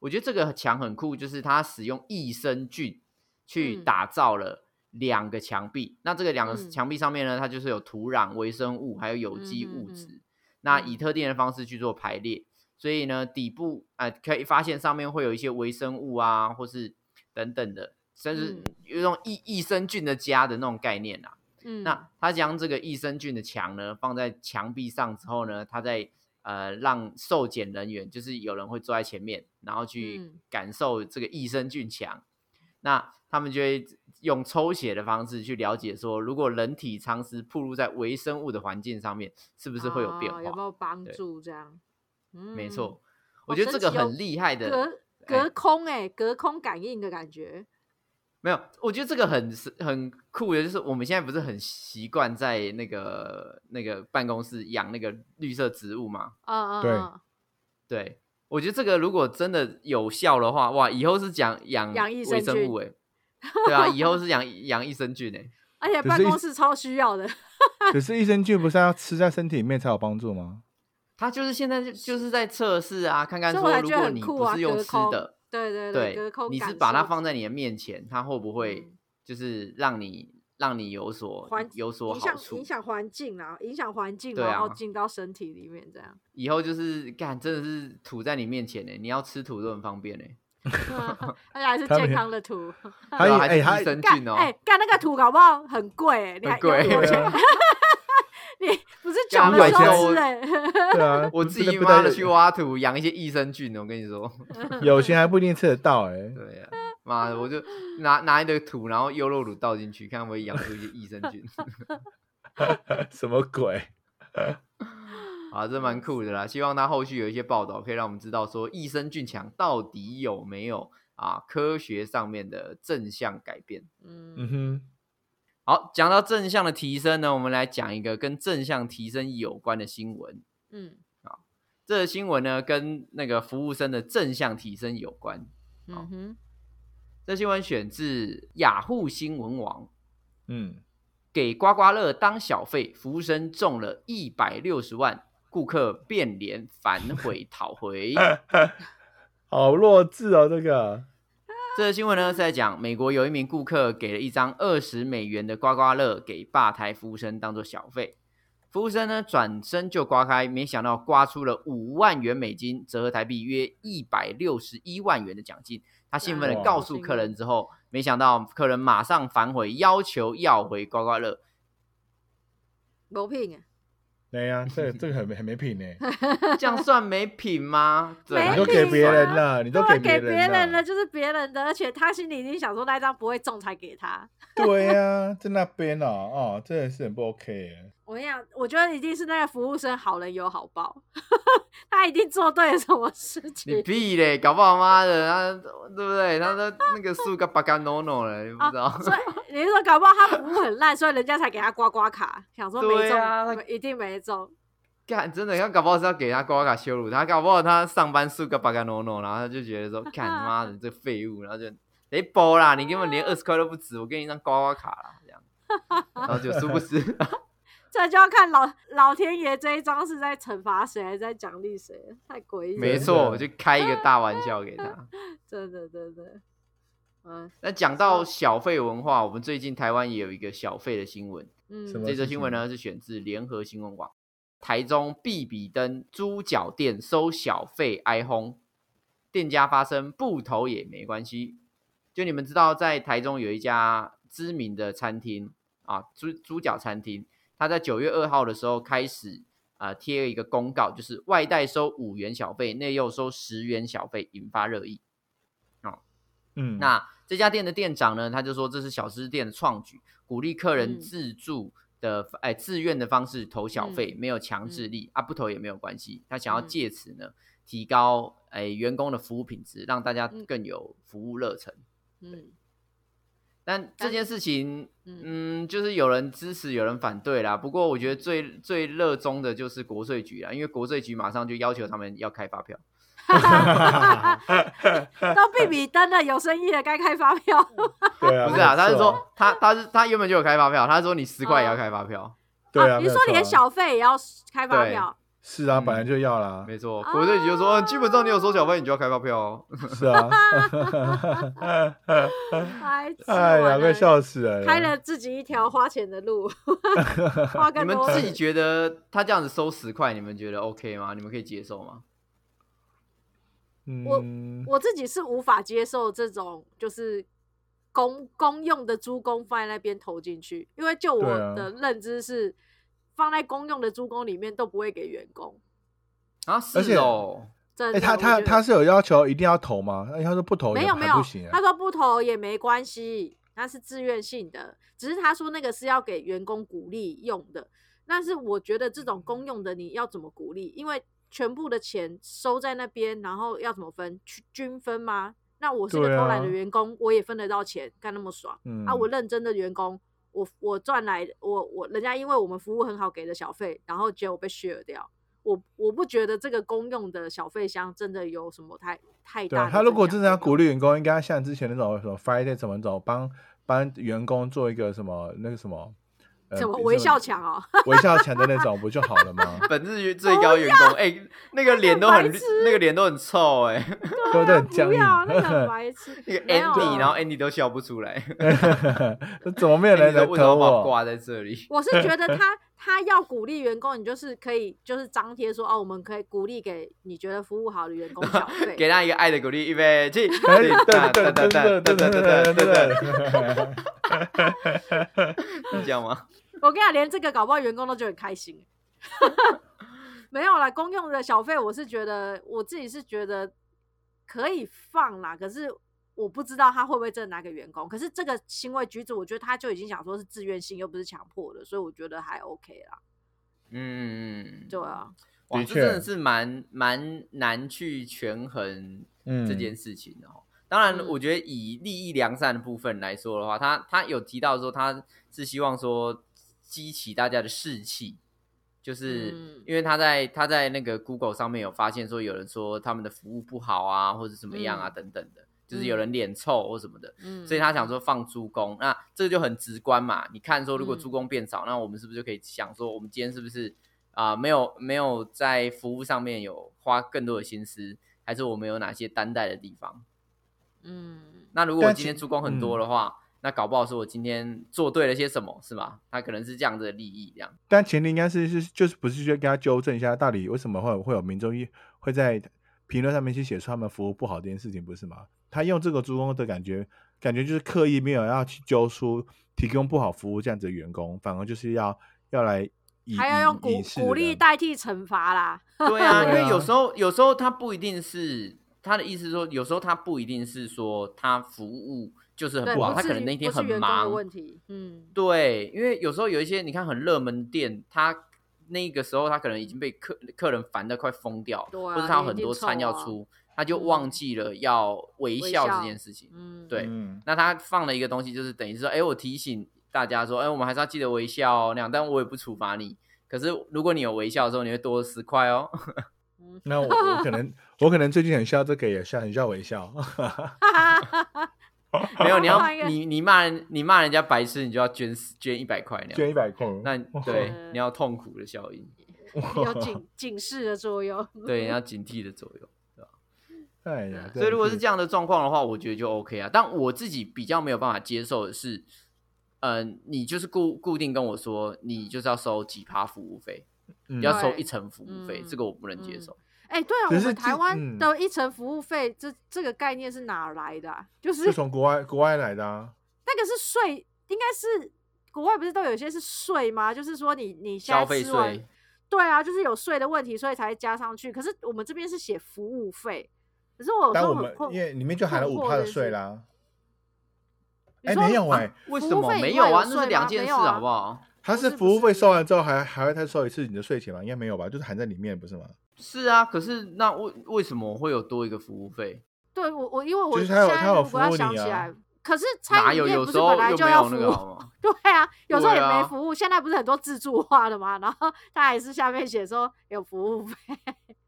[SPEAKER 3] 我觉得这个墙很酷，就是它使用益生菌去
[SPEAKER 2] 嗯
[SPEAKER 3] 打造了两个墙壁。那这个两个
[SPEAKER 2] 嗯
[SPEAKER 3] 墙壁上面呢，它就是有土壤、微生物还有有机
[SPEAKER 2] 嗯嗯
[SPEAKER 3] 物
[SPEAKER 2] 嗯
[SPEAKER 3] 质。那以
[SPEAKER 2] 嗯
[SPEAKER 3] 特定的方式去做排列，所以呢，底部呃可以发现上面会有一些微生物啊，或是等等的，甚至
[SPEAKER 2] 嗯
[SPEAKER 3] 有一种益益生菌的家的那种概念啊。
[SPEAKER 2] 嗯，
[SPEAKER 3] 那他将这个益生菌的墙呢放在墙壁上之后呢，他再呃让受检人员，就是有人会坐在前面，然后去
[SPEAKER 2] 嗯
[SPEAKER 3] 感受这个益生菌墙。那他们就会用抽血的方式去了解说，如果人体长时暴露在微生物的环境上面，是不
[SPEAKER 2] 不
[SPEAKER 3] 是会有变化？
[SPEAKER 2] 哦啊有没有帮
[SPEAKER 3] 对
[SPEAKER 2] 助？这样，嗯，
[SPEAKER 3] 没错，
[SPEAKER 2] 哇
[SPEAKER 3] 我觉得这
[SPEAKER 2] 神
[SPEAKER 3] 个
[SPEAKER 2] 奇哦
[SPEAKER 3] 很厉害的，
[SPEAKER 2] 隔
[SPEAKER 3] 哎
[SPEAKER 2] 隔空哎、隔空感应的感觉，
[SPEAKER 3] 没有，我觉得这个很是很酷的，就是我们现在不是很习惯在那个那个办公室养那个绿色植物嘛？
[SPEAKER 2] 嗯嗯，
[SPEAKER 1] 对
[SPEAKER 2] 嗯
[SPEAKER 3] 对，我觉得这个如果真的有效的话，哇，以后是讲养
[SPEAKER 2] 养益生
[SPEAKER 3] 微生
[SPEAKER 2] 菌
[SPEAKER 3] 物 哎、对啊，以后是养养益生菌哎、
[SPEAKER 2] 而且
[SPEAKER 1] 可
[SPEAKER 2] 办
[SPEAKER 1] 是一
[SPEAKER 2] 公室超需要的。
[SPEAKER 1] 可是益生菌不是要吃在身体里面才有帮 助吗？
[SPEAKER 3] 他就是现在就就是在测试啊，看看
[SPEAKER 2] 所以
[SPEAKER 3] 说
[SPEAKER 2] 我才
[SPEAKER 3] 如
[SPEAKER 2] 觉得
[SPEAKER 3] 果
[SPEAKER 2] 很
[SPEAKER 3] 你
[SPEAKER 2] 酷
[SPEAKER 3] 不
[SPEAKER 2] 啊
[SPEAKER 3] 是用
[SPEAKER 2] 隔
[SPEAKER 3] 吃
[SPEAKER 2] 空
[SPEAKER 3] 的，
[SPEAKER 2] 对对
[SPEAKER 3] 对
[SPEAKER 2] 隔空，
[SPEAKER 3] 你
[SPEAKER 2] 感
[SPEAKER 3] 是把它
[SPEAKER 2] 受
[SPEAKER 3] 放在你的面前，它会不会
[SPEAKER 2] 嗯
[SPEAKER 3] 就是让你让你有所
[SPEAKER 2] 环
[SPEAKER 3] 有所
[SPEAKER 2] 影
[SPEAKER 3] 好
[SPEAKER 2] 响
[SPEAKER 3] 处
[SPEAKER 2] 影？响环境啊，影响环境，
[SPEAKER 3] 对
[SPEAKER 2] 然后
[SPEAKER 3] 啊
[SPEAKER 2] 进到身体里面这 样。
[SPEAKER 3] 以后就是干，真的是土在你面前呢，你要吃土都很方便呢。欸
[SPEAKER 2] 而且还是
[SPEAKER 1] 他们
[SPEAKER 2] 健康的土。
[SPEAKER 1] 还
[SPEAKER 3] 对
[SPEAKER 1] 有
[SPEAKER 3] 啊还
[SPEAKER 1] 哎，
[SPEAKER 3] 是
[SPEAKER 1] 还
[SPEAKER 3] 益生
[SPEAKER 2] 干
[SPEAKER 3] 菌哦，
[SPEAKER 2] 哎干那个土搞不好很贵欸，你
[SPEAKER 3] 很
[SPEAKER 2] 还有
[SPEAKER 3] 贵
[SPEAKER 2] 有
[SPEAKER 1] 对
[SPEAKER 2] 钱
[SPEAKER 1] 啊
[SPEAKER 2] 你不是
[SPEAKER 3] 干
[SPEAKER 2] 穷的
[SPEAKER 1] 我以
[SPEAKER 2] 时
[SPEAKER 1] 前
[SPEAKER 2] 候
[SPEAKER 3] 我
[SPEAKER 2] 吃哎，
[SPEAKER 1] 对啊，
[SPEAKER 3] 我
[SPEAKER 1] 不
[SPEAKER 3] 自
[SPEAKER 1] 真
[SPEAKER 3] 己
[SPEAKER 1] 不
[SPEAKER 3] 妈
[SPEAKER 1] 带
[SPEAKER 3] 的去挖土养一些益生菌，哦我跟你说，
[SPEAKER 1] 有钱还不一定吃得到哎、
[SPEAKER 3] 对啊，妈的，我就拿拿一堆土，然后优酪乳倒进去，看会不会养出一些益生菌。
[SPEAKER 1] 什么鬼？
[SPEAKER 3] 啊，这蛮酷的啦！希望他后续有一些报道，可以让我们知道说益生菌墙到底有没有啊科学上面的正向改变。
[SPEAKER 1] 嗯
[SPEAKER 2] 嗯，
[SPEAKER 1] 哼，
[SPEAKER 3] 好，讲到正向的提升呢，我们来讲一个跟正向提升有关的新闻。
[SPEAKER 2] 嗯
[SPEAKER 3] 这个新闻呢，跟那个服务生的正向提升有关。好
[SPEAKER 2] 嗯哼，
[SPEAKER 3] 这新闻选自雅虎新闻网，
[SPEAKER 1] 嗯，
[SPEAKER 3] 给刮刮乐当小费，服务生中了一百六十万，顾客变脸反悔讨回。
[SPEAKER 1] 好弱智哦，这个，
[SPEAKER 3] 这个新闻呢是在讲，美国有一名顾客给了一张二十美元的刮刮乐给吧台服务生当做小费，服务生呢转身就刮开，没想到刮出了五万元美金，折合台币约一百六十一万元的奖金。他兴奋
[SPEAKER 1] 哇
[SPEAKER 3] 的告诉客人之后，没想到客人马上反悔，要求要回刮刮 乐。
[SPEAKER 2] 没品欸，
[SPEAKER 1] 对呀、这个这个很没很 没品哎、
[SPEAKER 3] 这样算没品吗？对
[SPEAKER 2] 没
[SPEAKER 1] 你
[SPEAKER 2] 品
[SPEAKER 1] 都给别人
[SPEAKER 2] 啊
[SPEAKER 1] 了，你都
[SPEAKER 2] 都
[SPEAKER 1] 给
[SPEAKER 2] 会给别人
[SPEAKER 1] 了
[SPEAKER 2] 的，就是别人的，而且他心里已经想说那一张不会中才给他。
[SPEAKER 1] 对呀、在那边哦，哦，真的是很不 OK 耶
[SPEAKER 2] 我跟你讲，我觉得一定是那个服务生好人有好报， 他一定做对了什么事
[SPEAKER 3] 你
[SPEAKER 2] 情。
[SPEAKER 3] 屁嘞，搞不好妈的，他对不对？他的那个树个巴嘎诺诺了，你不知道。
[SPEAKER 2] 啊所以你是说搞不好他服务很烂，所以人家才给他刮刮卡，想说没
[SPEAKER 3] 对
[SPEAKER 2] 中，
[SPEAKER 3] 啊那
[SPEAKER 2] 没一定没中。
[SPEAKER 3] 干，真的，他搞不好是要给他刮刮羞辱，他搞不好他上班是个巴嘎诺诺，然后他就觉得说，干妈的这废物，然后就得包啦，你根本连二十块都不值，我给你一张刮刮卡啦，这样，然后就殊不知，
[SPEAKER 2] 这就要看老老天爷这一章是在惩罚谁，还是在奖励谁了，太诡异了。
[SPEAKER 3] 没错，我就开一个大玩笑给他。
[SPEAKER 2] 真的真的，嗯
[SPEAKER 3] 那讲到小费文化，我们最近台湾也有一个小费的新闻，
[SPEAKER 2] 嗯，
[SPEAKER 1] 什么
[SPEAKER 3] 这则新闻呢是选自联合新闻网，台中必比登猪脚店收小费挨轰，店家发声不投也没关系。就你们知道，在台中有一家知名的餐厅啊，猪猪脚餐厅，它在九月二号的时候开始啊、贴了一个公告，就是外带收五元小费，内用收十元小费，引发热议。
[SPEAKER 1] 嗯，
[SPEAKER 3] 那这家店的店长呢，他就说这是小吃店的创举，鼓励客人
[SPEAKER 2] 嗯
[SPEAKER 3] 自助的，哎、自愿的方式投小费，没有强制
[SPEAKER 2] 嗯
[SPEAKER 3] 力、啊，不投也没有关系。他想要
[SPEAKER 2] 嗯
[SPEAKER 3] 借此呢，提高哎、员工的服务品质，让大家
[SPEAKER 2] 嗯
[SPEAKER 3] 更有服务热忱。
[SPEAKER 2] 嗯
[SPEAKER 3] 但这
[SPEAKER 2] 但
[SPEAKER 3] 件事情，
[SPEAKER 2] 嗯
[SPEAKER 3] 嗯，就是有人支持，有人反对啦。不过我觉得最最热衷的就是国税局啦，因为国税局马上就要求他们要开发票。
[SPEAKER 2] 都比比登了，有生意了，该开发票。
[SPEAKER 1] 对啊，
[SPEAKER 3] 不是啊，
[SPEAKER 1] 没有
[SPEAKER 3] 他是
[SPEAKER 1] 错
[SPEAKER 3] 说，他他是他原本就有开发票，他说你十
[SPEAKER 2] 啊
[SPEAKER 3] 块也要开发票。
[SPEAKER 1] 对啊，
[SPEAKER 2] 你是说
[SPEAKER 1] 没有错啊
[SPEAKER 2] 连小费也要开发
[SPEAKER 3] 对
[SPEAKER 2] 票？
[SPEAKER 1] 是啊，
[SPEAKER 3] 嗯
[SPEAKER 1] 本来就要啦，
[SPEAKER 3] 没错，国税局就
[SPEAKER 2] 哦
[SPEAKER 3] 说，基本上你有收小费，你就要开发票哦。
[SPEAKER 1] 是 啊，
[SPEAKER 2] 哎
[SPEAKER 1] 哎呀，快！笑死人了，
[SPEAKER 2] 开了自己一条花钱的路， 花
[SPEAKER 3] 你
[SPEAKER 2] 更
[SPEAKER 3] 们
[SPEAKER 2] 多
[SPEAKER 3] 自己觉得他这样子收十块，你们觉得 OK 吗？你们可以接受吗？
[SPEAKER 1] 嗯，
[SPEAKER 2] 我自己是无法接受这种就是公公用的猪公放在那边投进去，因为就我
[SPEAKER 1] 对啊
[SPEAKER 2] 的认知是，放在公用的猪公里面都不会给员工。
[SPEAKER 3] 啊，是
[SPEAKER 1] 而且
[SPEAKER 3] 哦，
[SPEAKER 2] 真
[SPEAKER 1] 哎，
[SPEAKER 2] 的，
[SPEAKER 1] 他
[SPEAKER 2] 我
[SPEAKER 1] 他
[SPEAKER 2] 觉得
[SPEAKER 1] 他是有要求一定要投吗？那他说不投也
[SPEAKER 2] 没有没
[SPEAKER 1] 还
[SPEAKER 2] 有
[SPEAKER 1] 不行，啊
[SPEAKER 2] 他，说不投也没关系，那是自愿性的，只是他说那个是要给员工鼓励用的。但是我觉得这种公用的你要怎么鼓励？因为全部的钱收在那边，然后要怎么分？均均分吗？那我是个
[SPEAKER 1] 对
[SPEAKER 2] 偷懒的
[SPEAKER 1] 啊
[SPEAKER 2] 员工，我也分得到钱，干那么爽、
[SPEAKER 1] 嗯
[SPEAKER 2] 啊！我认真的员工，我我赚来的，我我人家因为我们服务很好给的小费，然后结果被 share 掉。我我不觉得这个公用的小费箱真的有什么太太
[SPEAKER 1] 对啊
[SPEAKER 2] 大的。
[SPEAKER 1] 他如果真的要鼓励员工，应该像之前那种什么 Friday 怎么走，帮帮员工做一个什么那个什么。呃
[SPEAKER 2] 什么
[SPEAKER 1] 什
[SPEAKER 2] 微笑墙哦，
[SPEAKER 1] 微笑墙的那种不就好了 吗？
[SPEAKER 3] 本日最高员工，哎、那个脸都很
[SPEAKER 2] 白痴
[SPEAKER 3] 那个脸都很臭、哎，，
[SPEAKER 1] 对不对？
[SPEAKER 2] 啊 不
[SPEAKER 1] 僵硬，
[SPEAKER 2] 要那个 很白痴
[SPEAKER 3] 那个
[SPEAKER 2] 没有
[SPEAKER 3] Andy，
[SPEAKER 2] 啊
[SPEAKER 3] 然后 Andy 都笑不出来，
[SPEAKER 1] 怎么没有人
[SPEAKER 3] Andy
[SPEAKER 1] 来
[SPEAKER 3] 哎
[SPEAKER 1] 哦
[SPEAKER 3] 说为什
[SPEAKER 1] 投
[SPEAKER 3] 么把我
[SPEAKER 1] 我？
[SPEAKER 3] 挂在这里？
[SPEAKER 2] 我是觉得 他他要鼓励员工，你就是可以就是张贴说哦，我们可以鼓励给你觉得服务好的员工小费。
[SPEAKER 3] 给他一个爱的鼓励，预备起，
[SPEAKER 1] 哎，
[SPEAKER 3] 对
[SPEAKER 1] 对对对对对对对对对，
[SPEAKER 3] 是这样吗？
[SPEAKER 2] 我跟你讲，连这个搞不好员工都觉得很开心。 没有啦，公用的小费，我是觉得我自己是觉得可以放啦，可是我不知道他会不会真的拿给员工。可是这个行为举止，我觉得他就已经想说是自愿性，又不是强迫的，所以我觉得还 OK 啦。
[SPEAKER 3] 嗯，
[SPEAKER 2] 对啊，
[SPEAKER 3] 哇，
[SPEAKER 1] 的
[SPEAKER 3] 这
[SPEAKER 1] 确
[SPEAKER 3] 真的是蛮蛮难去权衡
[SPEAKER 1] 嗯
[SPEAKER 3] 这件事情哦。当然，
[SPEAKER 2] 嗯
[SPEAKER 3] 我觉得以利益良善的部分来说的话，他他有提到说他是希望说激起大家的士气，就是
[SPEAKER 2] 嗯
[SPEAKER 3] 因为他在他在那个 Google 上面有发现说有人说他们的服务不好啊，或者怎么样啊、
[SPEAKER 2] 嗯
[SPEAKER 3] 等等的，就是有人脸臭或什么的，
[SPEAKER 2] 嗯，
[SPEAKER 3] 所以他想说放猪工，那这个就很直观嘛。你看说，如果
[SPEAKER 2] 嗯
[SPEAKER 3] 猪工变少，那我们是不是就可以想说，我们今天是不是啊、没有没有在服务上面有花更多的心思，还是我们有哪些担待的地方？
[SPEAKER 2] 嗯，
[SPEAKER 3] 那如果我
[SPEAKER 1] 但
[SPEAKER 3] 今天
[SPEAKER 1] 其
[SPEAKER 3] 猪工很多的话，那搞不好是我今天做对了些什么，是吗？他可能是这样子的利益， 这样
[SPEAKER 1] 但前提应该是是就是不是去跟他纠正一下，到底为什么会有会有民众一会在评论上面去写出他们服务不好这件事情，不是吗？他用这个助攻的感觉，感觉就是刻意没有要去揪出提供不好服务这样子的员工，反而就是要要来以
[SPEAKER 2] 还要用鼓鼓励，代替惩罚啦。
[SPEAKER 3] 对啊，因
[SPEAKER 1] 对啊
[SPEAKER 3] 为有时候有时候他不一定是他的意思是说，有时候他不一定是说他服务就是
[SPEAKER 2] 对，
[SPEAKER 3] 很不好，
[SPEAKER 2] 不
[SPEAKER 3] 他可
[SPEAKER 2] 是
[SPEAKER 3] 能那天
[SPEAKER 2] 不是
[SPEAKER 3] 很
[SPEAKER 2] 员工的
[SPEAKER 3] 忙，
[SPEAKER 2] 问题，嗯，
[SPEAKER 3] 对，因为有时候有一些你看很热门店，它那个时候它可能已经被客客人烦的快疯掉，
[SPEAKER 2] 对
[SPEAKER 3] 或
[SPEAKER 2] 啊
[SPEAKER 3] 者它有
[SPEAKER 2] 你
[SPEAKER 3] 很
[SPEAKER 2] 一定
[SPEAKER 3] 多餐
[SPEAKER 2] 臭
[SPEAKER 3] 要
[SPEAKER 2] 啊
[SPEAKER 3] 出，他就
[SPEAKER 2] 嗯
[SPEAKER 3] 忘记了要微
[SPEAKER 2] 微
[SPEAKER 3] 笑
[SPEAKER 2] 笑
[SPEAKER 3] 这件事情。
[SPEAKER 2] 嗯，
[SPEAKER 3] 对
[SPEAKER 1] 嗯，
[SPEAKER 3] 那他放了一个东西，就是等于是说，哎，我提醒大家说，哎，我们还是要记得微笑哦，那样，但我也不处罚你。可是如果你有微笑的时候，你会多十块哦。
[SPEAKER 2] 嗯
[SPEAKER 1] 那我我可能我可能最近很需要这个，也需要很需要微笑。
[SPEAKER 3] 没有，你要
[SPEAKER 2] 换一个
[SPEAKER 3] 你你骂人，你骂人家白痴，你就要捐10捐一百块那
[SPEAKER 1] 捐
[SPEAKER 3] 样。
[SPEAKER 1] 一百块，
[SPEAKER 3] 那对
[SPEAKER 2] 嗯，
[SPEAKER 3] 你要痛苦的效应，
[SPEAKER 2] 有警警示的作用。
[SPEAKER 3] 对，你要警惕的作用。
[SPEAKER 1] 哎呀，
[SPEAKER 3] 所以如果是这
[SPEAKER 1] 样，
[SPEAKER 3] 样的状况的话，我觉得就 OK 啊。但我自己比较没有办法接受的是，嗯、你就是固固定跟我说，你就是要收几趴服务费，
[SPEAKER 1] 嗯
[SPEAKER 3] 你要收
[SPEAKER 2] 对
[SPEAKER 3] 一成服务费，
[SPEAKER 2] 嗯
[SPEAKER 3] 这个我不能接受。
[SPEAKER 2] 哎、对啊，
[SPEAKER 1] 可
[SPEAKER 2] 我
[SPEAKER 1] 是
[SPEAKER 2] 们
[SPEAKER 1] 这
[SPEAKER 2] 台湾
[SPEAKER 1] 嗯
[SPEAKER 2] 的一成服务费，这这个概念是哪来的、啊？就是
[SPEAKER 1] 是从国外国外来的啊，
[SPEAKER 2] 那个是税，应该是国外不是都有一些是税吗？就是说你你现
[SPEAKER 3] 消
[SPEAKER 2] 在
[SPEAKER 3] 费
[SPEAKER 2] 吃完
[SPEAKER 3] 税，，
[SPEAKER 2] 对啊，就是有税的问题，所以才加上去。可是我们这边是写服务费，可是我有时
[SPEAKER 1] 但
[SPEAKER 2] 候
[SPEAKER 1] 我
[SPEAKER 2] 很
[SPEAKER 1] 们
[SPEAKER 2] 困
[SPEAKER 1] 因为里面就含了
[SPEAKER 2] 困
[SPEAKER 1] 五
[SPEAKER 2] 惑
[SPEAKER 1] 趴的
[SPEAKER 2] 这
[SPEAKER 1] 税
[SPEAKER 2] 是
[SPEAKER 1] 啦。
[SPEAKER 2] 你
[SPEAKER 1] 哎，
[SPEAKER 2] 说啊
[SPEAKER 1] 没有哎，
[SPEAKER 3] 为
[SPEAKER 2] 服
[SPEAKER 3] 什
[SPEAKER 2] 务
[SPEAKER 3] 么
[SPEAKER 2] 费以
[SPEAKER 3] 没
[SPEAKER 2] 外
[SPEAKER 3] 有啊？那
[SPEAKER 2] 有税
[SPEAKER 3] 是两
[SPEAKER 2] 吗
[SPEAKER 3] 件
[SPEAKER 2] 没
[SPEAKER 3] 事，
[SPEAKER 2] 有啊
[SPEAKER 3] 好不好？
[SPEAKER 1] 它
[SPEAKER 2] 不
[SPEAKER 1] 是
[SPEAKER 2] 是
[SPEAKER 1] 服
[SPEAKER 2] 不
[SPEAKER 1] 务费
[SPEAKER 2] 是
[SPEAKER 1] 收完之后还还会再收一次你的税钱吗？应该没有吧，就是含在里面不是吗？
[SPEAKER 3] 是啊，可是那为为什么会有多一个服务费？
[SPEAKER 2] 对我我因为我
[SPEAKER 1] 就是
[SPEAKER 2] 现
[SPEAKER 1] 他有
[SPEAKER 2] 在
[SPEAKER 1] 他有
[SPEAKER 2] 如
[SPEAKER 1] 服
[SPEAKER 2] 果要
[SPEAKER 1] 务
[SPEAKER 2] 想
[SPEAKER 1] 你
[SPEAKER 2] 起
[SPEAKER 1] 啊
[SPEAKER 2] 来，可是
[SPEAKER 3] 哪
[SPEAKER 2] 餐饮
[SPEAKER 3] 有？
[SPEAKER 2] 业
[SPEAKER 3] 有
[SPEAKER 2] 不
[SPEAKER 3] 时
[SPEAKER 2] 是
[SPEAKER 3] 候
[SPEAKER 2] 本来
[SPEAKER 3] 又
[SPEAKER 2] 就
[SPEAKER 3] 没
[SPEAKER 2] 要
[SPEAKER 3] 有
[SPEAKER 2] 服
[SPEAKER 3] 那
[SPEAKER 2] 务
[SPEAKER 3] 个，好吗？
[SPEAKER 2] 对啊，有时候也
[SPEAKER 3] 对啊
[SPEAKER 2] 没服务，现在不是很多自助化的嘛，然后他还是下面写说有服务费，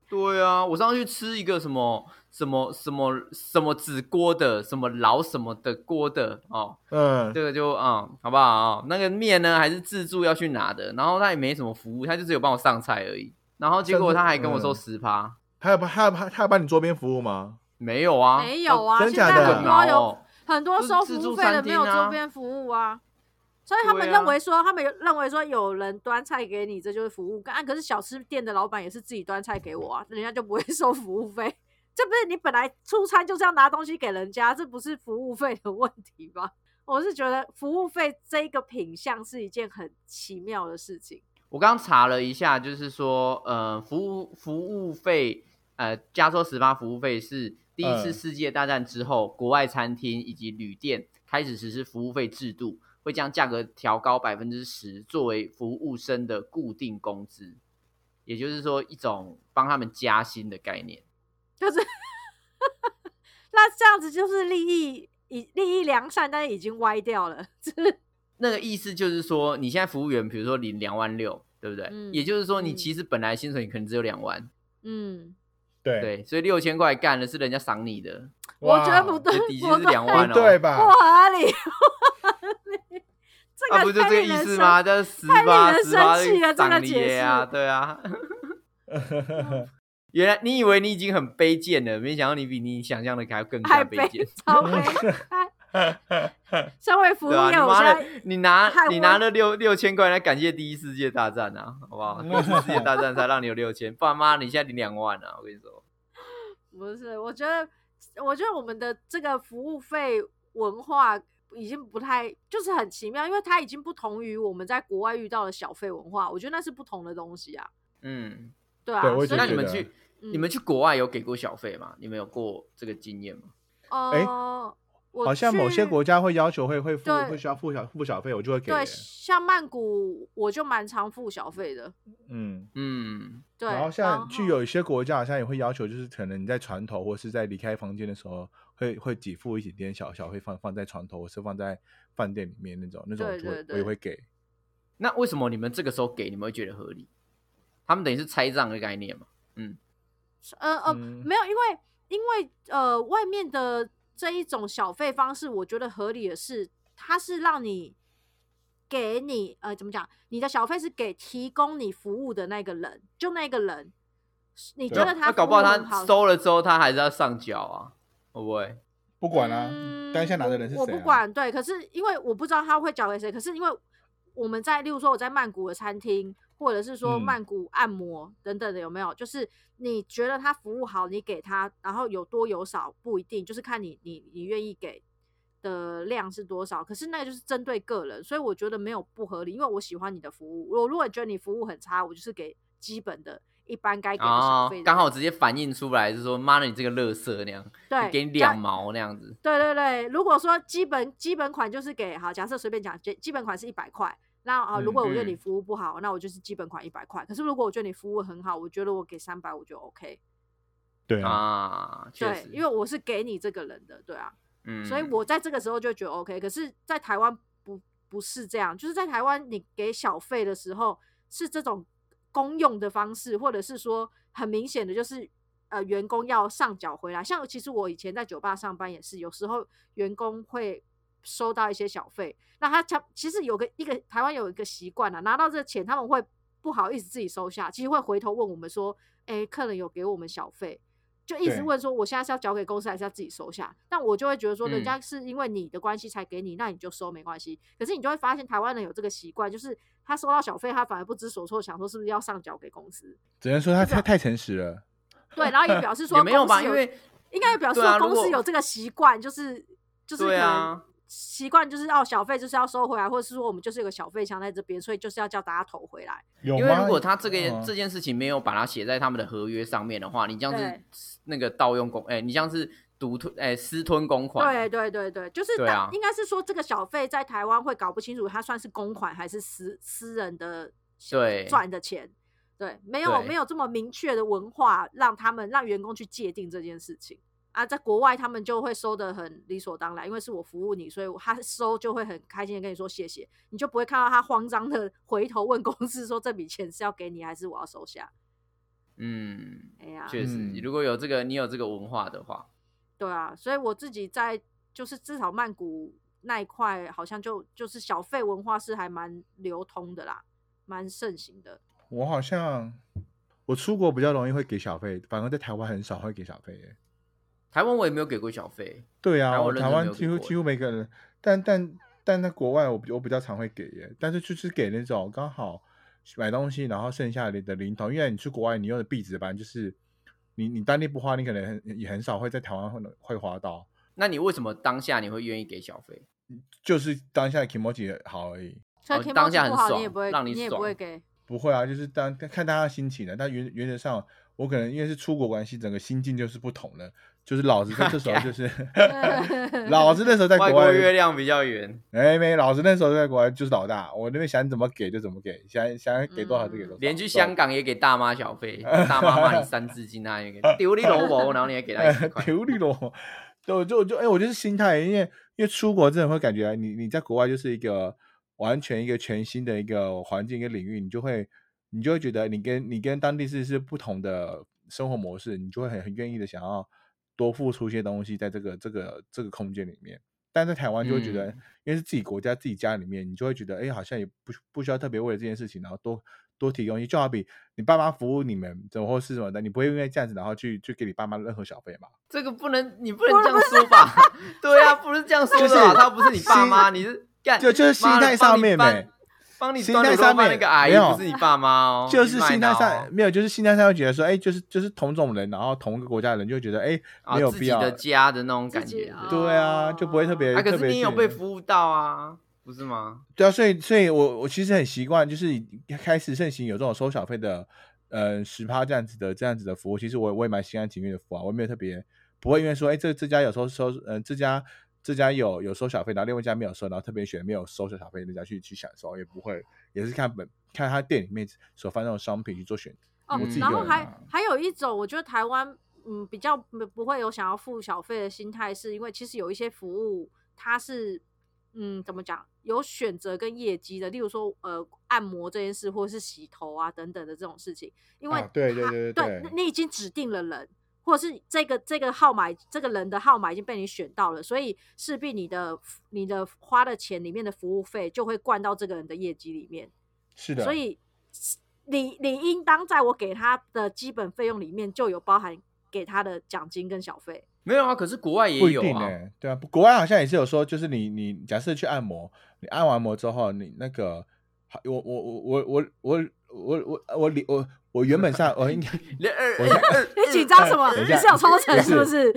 [SPEAKER 3] 对啊，我上次去吃一个什么什么什么什么纸锅的，什么老什么的锅的哦，
[SPEAKER 1] 嗯，
[SPEAKER 3] 这个就啊、嗯好不好、啊？那个面呢，还是自助要去拿的，然后他也没什么服务，他就只有帮我上菜而已。然后结果他还跟我收
[SPEAKER 1] 嗯
[SPEAKER 3] 十趴，
[SPEAKER 1] 还有帮还有帮还有帮你桌边服务吗？
[SPEAKER 3] 没有啊，
[SPEAKER 2] 没有啊，
[SPEAKER 1] 真
[SPEAKER 2] 现
[SPEAKER 1] 假
[SPEAKER 2] 在
[SPEAKER 1] 的
[SPEAKER 2] 很
[SPEAKER 3] 很
[SPEAKER 2] 多
[SPEAKER 3] 恼
[SPEAKER 2] 有
[SPEAKER 3] 哦。
[SPEAKER 2] 很多
[SPEAKER 3] 就是
[SPEAKER 2] 收
[SPEAKER 3] 自
[SPEAKER 2] 服务
[SPEAKER 3] 助
[SPEAKER 2] 费
[SPEAKER 3] 餐
[SPEAKER 2] 的没有
[SPEAKER 3] 厅
[SPEAKER 2] 周
[SPEAKER 3] 啊
[SPEAKER 2] 边服务啊，所以他们
[SPEAKER 3] 对
[SPEAKER 2] 认
[SPEAKER 3] 啊
[SPEAKER 2] 为说，他们有认为说有人端菜给你，这就是服务干、啊可是小吃店的老板也是自己端菜给我啊， 人家就不会收服务费。 这不是你本来出餐就是要拿东西给人家，这不是服务费的问题吧？ 我是觉得服务费这一个品项是一件很奇妙的事情。
[SPEAKER 3] 我刚查了一下，就是说，呃，服务服务费，呃，加收十趴服务费是第一次
[SPEAKER 1] 嗯
[SPEAKER 3] 世界大战之后，国外餐厅以及旅店开始实施服务费制度，会将价格调高百分之十，作为服务生的固定工资，也就是说一种帮他们加薪的概念。
[SPEAKER 2] 就是让那这样子就是利益已利益良善，但是已经歪掉了。
[SPEAKER 3] 那个意思就是说，你现在服务员，比如说领两万六，对不对？
[SPEAKER 2] 嗯
[SPEAKER 3] 也就是说，你
[SPEAKER 2] 嗯
[SPEAKER 3] 其实本来薪水你可能只有两万，
[SPEAKER 2] 嗯，
[SPEAKER 1] 对，
[SPEAKER 3] 对，所以六千块干的是人家赏你的，
[SPEAKER 2] 我觉得
[SPEAKER 1] 哇
[SPEAKER 2] 不对
[SPEAKER 3] 这底，薪
[SPEAKER 2] 我
[SPEAKER 3] 是
[SPEAKER 2] 觉得
[SPEAKER 3] 两万
[SPEAKER 1] 不
[SPEAKER 3] 哦，
[SPEAKER 1] 对
[SPEAKER 2] 不
[SPEAKER 1] 吧？
[SPEAKER 2] 合理，不合理。这
[SPEAKER 3] 啊，
[SPEAKER 2] 个
[SPEAKER 3] 不就
[SPEAKER 2] 太
[SPEAKER 3] 这个
[SPEAKER 2] 令
[SPEAKER 3] 意
[SPEAKER 2] 人
[SPEAKER 3] 思
[SPEAKER 2] 生
[SPEAKER 3] 吗？这十
[SPEAKER 2] 太令
[SPEAKER 3] 八
[SPEAKER 2] 人
[SPEAKER 3] 十八
[SPEAKER 2] 生气了这个
[SPEAKER 3] 赏你
[SPEAKER 2] 解
[SPEAKER 3] 耶啊，
[SPEAKER 2] 释
[SPEAKER 3] 对 啊。原来你以为你已经很卑贱了，没想到你比你想象的还更
[SPEAKER 2] 太
[SPEAKER 3] 加
[SPEAKER 2] 悲
[SPEAKER 3] 卑贱，
[SPEAKER 2] 超悲哀。 身为服务
[SPEAKER 3] 对啊，你
[SPEAKER 2] 业，我
[SPEAKER 3] 妈
[SPEAKER 2] 现
[SPEAKER 3] 的
[SPEAKER 2] 在，
[SPEAKER 3] 你拿
[SPEAKER 2] 害
[SPEAKER 3] 你
[SPEAKER 2] 我
[SPEAKER 3] 拿了六六千块来感谢第一世界大战啊，好不好？第一次世界大战才让你有六千，不然妈你现在领两万啊，我跟你说，
[SPEAKER 2] 不是，我觉得，我觉得我们的这个服务费文化已经不太，就是很奇妙，因为它已经不同于我们在国外遇到的小费文化，我觉得那是不同的东西啊。
[SPEAKER 3] 嗯，
[SPEAKER 2] 对啊，嗯
[SPEAKER 1] 对我也
[SPEAKER 2] 所以
[SPEAKER 3] 那
[SPEAKER 1] 觉
[SPEAKER 3] 你们
[SPEAKER 1] 得
[SPEAKER 3] 去
[SPEAKER 2] 你
[SPEAKER 3] 你们去国外有给过小费吗？你们有过这个经验吗？
[SPEAKER 1] 哎
[SPEAKER 2] 哦，我
[SPEAKER 1] 好像某些
[SPEAKER 2] 去
[SPEAKER 1] 国家会要求会会付
[SPEAKER 2] 对
[SPEAKER 1] 会需要付小付小费，我就会给
[SPEAKER 2] 对，
[SPEAKER 1] 耶。
[SPEAKER 2] 像曼谷我就蛮常付小费的。
[SPEAKER 1] 嗯，
[SPEAKER 3] 嗯，
[SPEAKER 2] 对，
[SPEAKER 1] 然后
[SPEAKER 2] 然
[SPEAKER 1] 像去有一些国家好像也会要求，就是可能你在船头或是在离开房间的时候，会会给付一点点小小费放放在床头，或是放在饭店里面那种那种我
[SPEAKER 2] 对
[SPEAKER 1] 就会
[SPEAKER 2] 对
[SPEAKER 1] 我也
[SPEAKER 2] 对
[SPEAKER 1] 会给。
[SPEAKER 3] 那为什么你们这个时候给你们会觉得合理？他们等于是拆账的概念嘛？
[SPEAKER 2] 呃呃，
[SPEAKER 1] 嗯
[SPEAKER 2] 没有，因为因为呃，外面的这一种小费方式，我觉得合理的是，它是让你给你呃怎么讲，你的小费是给提供你服务的那个人，就那个人，你觉
[SPEAKER 1] 对啊
[SPEAKER 2] 得
[SPEAKER 3] 啊那
[SPEAKER 2] 他
[SPEAKER 3] 搞不好
[SPEAKER 2] 服务很
[SPEAKER 3] 他
[SPEAKER 2] 好
[SPEAKER 3] 收了之后，他还是要上缴啊，会不会？
[SPEAKER 1] 不管啦、
[SPEAKER 2] 嗯
[SPEAKER 1] 当下拿的人是谁、啊
[SPEAKER 2] 我？不。管，对。可是因为我不知道他会交给谁，可是因为我们在，例如说我在曼谷的餐厅，或者是说
[SPEAKER 1] 嗯
[SPEAKER 2] 曼谷按摩等等的，有没有？就是你觉得他服务好，你给他，然后有多有少不一定，就是看你你你愿意给的量是多少。可是那个就是针对个人，所以我觉得没有不合理，因为我喜欢你的服务。我如果觉得你服务很差，我就是给基本的。一般该给的小
[SPEAKER 3] 哦
[SPEAKER 2] 费的，
[SPEAKER 3] 刚好直接反映出来，就是说妈的，你这个乐色那样，
[SPEAKER 2] 对
[SPEAKER 3] 你给你
[SPEAKER 2] 这样
[SPEAKER 3] 两毛那样子，
[SPEAKER 2] 对对对，如果说基本基本款就是给好，假设随便讲，基基本款是一百块。那啊，
[SPEAKER 1] 嗯
[SPEAKER 2] 如果我觉得
[SPEAKER 3] 嗯
[SPEAKER 2] 你服务不好，那我就是基本款一百块。可是如果我觉得你服务很好，我觉得我给三百我就 OK。
[SPEAKER 1] 对啊，
[SPEAKER 3] 啊，确
[SPEAKER 2] 对
[SPEAKER 3] 实，，
[SPEAKER 2] 因为我是给你这个人的，对啊，
[SPEAKER 3] 嗯
[SPEAKER 2] 所以我在这个时候就觉得 OK。可是，在台湾不不是这样，就是在台湾你给小费的时候是这种公用的方式，或者是说很明显的就是呃员工要上缴回来。像其实我以前在酒吧上班也是，有时候员工会收到一些小费，那他他其实有个一个台湾有一个习惯啊，拿到这钱他们会不好意思自己收下，其实会回头问我们说，哎、客人有给我们小费。就一直
[SPEAKER 1] 对
[SPEAKER 2] 问说，我现在是要交给公司还是要自己收下？但我就会觉得说，人
[SPEAKER 3] 嗯
[SPEAKER 2] 家是因为你的关系才给你，那你就收没关系。可是你就会发现，台湾人有这个习惯，就是他收到小费，他反而不知所措，想说是不是要上缴给公司？
[SPEAKER 1] 只能说他他太诚实了。
[SPEAKER 2] 对，然后也表示 说
[SPEAKER 3] 也没有
[SPEAKER 2] 公
[SPEAKER 3] 吧，
[SPEAKER 2] 司
[SPEAKER 3] 因为
[SPEAKER 2] 应该也表示
[SPEAKER 3] 对啊
[SPEAKER 2] 说
[SPEAKER 3] 如
[SPEAKER 2] 公司
[SPEAKER 3] 果
[SPEAKER 2] 有这个习惯，就是就是可
[SPEAKER 3] 对
[SPEAKER 2] 能
[SPEAKER 3] 啊，
[SPEAKER 2] 习惯就是要小费就是要收回来，或者是说我们就是有个小费箱在这边，所以就是要叫大家投回来。
[SPEAKER 1] 有
[SPEAKER 3] 因为如果他这个、
[SPEAKER 1] 嗯
[SPEAKER 3] 这件事情没有把它写在他们的合约上面的话，你这样
[SPEAKER 2] 对
[SPEAKER 3] 是那个盗用公，哎、你这样是独吞，哎、私吞公款，
[SPEAKER 2] 对对对对，就是
[SPEAKER 3] 对
[SPEAKER 2] 大
[SPEAKER 3] 啊
[SPEAKER 2] 应该是说这个小费在台湾会搞不清楚，它算是公款还是私私人的
[SPEAKER 3] 对
[SPEAKER 2] 赚的钱。对，没有
[SPEAKER 3] 对
[SPEAKER 2] 没有这么明确的文化，让他们让员工去界定这件事情啊，在国外他们就会收的很理所当然，因为是我服务你，所以我他收就会很开心的跟你说谢谢，你就不会看到他慌张的回头问公司说这笔钱是要给你还是我要收下。
[SPEAKER 3] 嗯，
[SPEAKER 2] 哎呀，
[SPEAKER 3] 确实，
[SPEAKER 1] 嗯
[SPEAKER 3] 如果有这个，你有这个文化的话，
[SPEAKER 2] 对啊，所以我自己在就是至少曼谷那一块，好像就就是小费文化是还蛮流通的啦，蛮盛行
[SPEAKER 3] 哦
[SPEAKER 2] 的。
[SPEAKER 1] 我好像我出国比较容易会给小费，反而在台湾很少会给小费耶。
[SPEAKER 3] 台湾我也没有给过小费，
[SPEAKER 1] 对
[SPEAKER 3] 台
[SPEAKER 1] 啊，
[SPEAKER 3] 湾
[SPEAKER 1] 我
[SPEAKER 3] 认
[SPEAKER 1] 台
[SPEAKER 3] 真没
[SPEAKER 1] 湾
[SPEAKER 3] 有
[SPEAKER 1] 几
[SPEAKER 3] 给
[SPEAKER 1] 乎
[SPEAKER 3] 过
[SPEAKER 1] 几乎每个人，但但但在国外我比我比较常会给耶，但是就是给那种刚好买东西然后剩下的的零头，因为你去国外你用的币值吧，就是你你当地不花，你可能很也很少会在台湾会会花到，
[SPEAKER 3] 那你为什么当下你会愿意给小费？
[SPEAKER 1] 就是当下的 emoji 好而已。
[SPEAKER 2] 所以
[SPEAKER 3] 哦
[SPEAKER 2] k i m
[SPEAKER 3] 当下很
[SPEAKER 2] 不好，你也
[SPEAKER 3] 爽
[SPEAKER 2] 不会，
[SPEAKER 3] 让你
[SPEAKER 2] 也不
[SPEAKER 3] 爽
[SPEAKER 2] 会给。
[SPEAKER 1] 不会啊，就是当看大家心情的，但原原则上我可能因为是出国关系，整个心境就是不同的，就是老子在这 时候就是 老子那时候在国
[SPEAKER 3] 啊外
[SPEAKER 1] 外
[SPEAKER 3] 国月亮比较圆，
[SPEAKER 1] 哎，没，老师那时候在国外就是老大，我那边想怎么给就怎么给，想想给多少就给多少。
[SPEAKER 3] 嗯连去香港也给大妈 小费，大妈骂你三字经啊，也给丢你老母，然后你还给她
[SPEAKER 1] 对
[SPEAKER 3] 一百块，
[SPEAKER 1] 丢你了，对，我就我就哎、我就是心态，因为因为出国真的会感觉你你在国外就是一个完全一个全新的一个环境跟领域，你就会你就会觉得你跟你跟当地是是不同的生活模式，你就会很很愿意的想要多付出一些东西在这个这个这个空间里面。但在台湾就会觉得，
[SPEAKER 3] 嗯
[SPEAKER 1] 因为是自己国家自己家里面，你就会觉得，哎、好像也不需不需要特别为了这件事情，然后多多提供一些，就好比你爸妈服务你们，怎么或是什么的，你不会因为这样子，然后去去给你爸妈任何小费嘛？
[SPEAKER 3] 这个不能，你不能这样说吧？ 对啊，不是这样说
[SPEAKER 1] 就是
[SPEAKER 3] 的啊，他不是你爸妈，
[SPEAKER 1] 心
[SPEAKER 3] 你是干
[SPEAKER 1] 就就是心
[SPEAKER 3] 妈的
[SPEAKER 1] 态上面
[SPEAKER 3] 帮你
[SPEAKER 1] 呗
[SPEAKER 3] 搬，帮你
[SPEAKER 1] 心
[SPEAKER 3] 端
[SPEAKER 1] 态
[SPEAKER 3] 牛肉
[SPEAKER 1] 上
[SPEAKER 3] 饭那
[SPEAKER 1] 面
[SPEAKER 3] 个阿姨
[SPEAKER 1] 没有
[SPEAKER 3] 不是你爸妈哦，
[SPEAKER 1] 就是
[SPEAKER 3] 你卖哦
[SPEAKER 1] 心态
[SPEAKER 3] 脑
[SPEAKER 1] 上没有，就是心态上会觉得说，哎、就是就是同种人，然后同一个国家的人，就会觉得，哎、
[SPEAKER 3] 啊
[SPEAKER 1] 没有
[SPEAKER 3] 自
[SPEAKER 1] 必
[SPEAKER 3] 己
[SPEAKER 1] 要。
[SPEAKER 3] 的家的那种感
[SPEAKER 2] 自己
[SPEAKER 3] 觉。
[SPEAKER 2] 啊
[SPEAKER 3] 对
[SPEAKER 1] 对啊，就不会特别、
[SPEAKER 3] 啊，可
[SPEAKER 1] 特
[SPEAKER 3] 是
[SPEAKER 1] 别。
[SPEAKER 3] 你有被服务到啊，不是吗？
[SPEAKER 1] 对啊，所以所以我我其实很习惯，就是开始盛行有这种收小费的，呃，十趴这样子的这样子的服务，其实我我也蛮心甘情愿的付啊，我也没有特别不会因为说，哎，这这家有收收，嗯、这家这家有有收小费，然后另外一家没有收，然后特别选没有收小费那家去去享受，也不会，也是看本看他店里面所贩售的商品去做选择。
[SPEAKER 2] 哦
[SPEAKER 3] 我自，己
[SPEAKER 2] 然
[SPEAKER 3] 个
[SPEAKER 2] 后
[SPEAKER 3] 人
[SPEAKER 2] 还
[SPEAKER 1] 啊
[SPEAKER 2] 还有一种，我觉得台湾嗯比较不不会有想要付小费的心态，是因为其实有一些服务它是嗯怎么讲有选择跟业绩的，例如说呃按摩这件事，或者是洗头啊等等的这种事情，因为
[SPEAKER 1] 啊对对
[SPEAKER 2] 它
[SPEAKER 1] 对对
[SPEAKER 2] 对
[SPEAKER 1] 对
[SPEAKER 2] 你已经指定了人。或者是这个这个号码，这个人的号码已经被你选到了，所以势必你的你的花的钱里面的服务费就会灌到这个人的业绩里面。
[SPEAKER 1] 是的，
[SPEAKER 2] 所以理理应当在我给他的基本费用里面就有包含给他的奖金跟小费。
[SPEAKER 3] 没有啊，可是国外
[SPEAKER 1] 不
[SPEAKER 3] 也
[SPEAKER 1] 一
[SPEAKER 3] 有
[SPEAKER 1] 定呢、
[SPEAKER 3] 啊。
[SPEAKER 1] 对啊，不国外好像也是有说，就是你你假设去按摩，你按完摩之后，你那个，好我我我我我我我我理我我原本上我应该
[SPEAKER 3] 连二
[SPEAKER 1] 我想
[SPEAKER 3] 二
[SPEAKER 2] 你紧张什么？
[SPEAKER 1] 哎等一
[SPEAKER 2] 你
[SPEAKER 1] 下
[SPEAKER 2] 是有抽成
[SPEAKER 1] 不
[SPEAKER 2] 是不是
[SPEAKER 1] 是？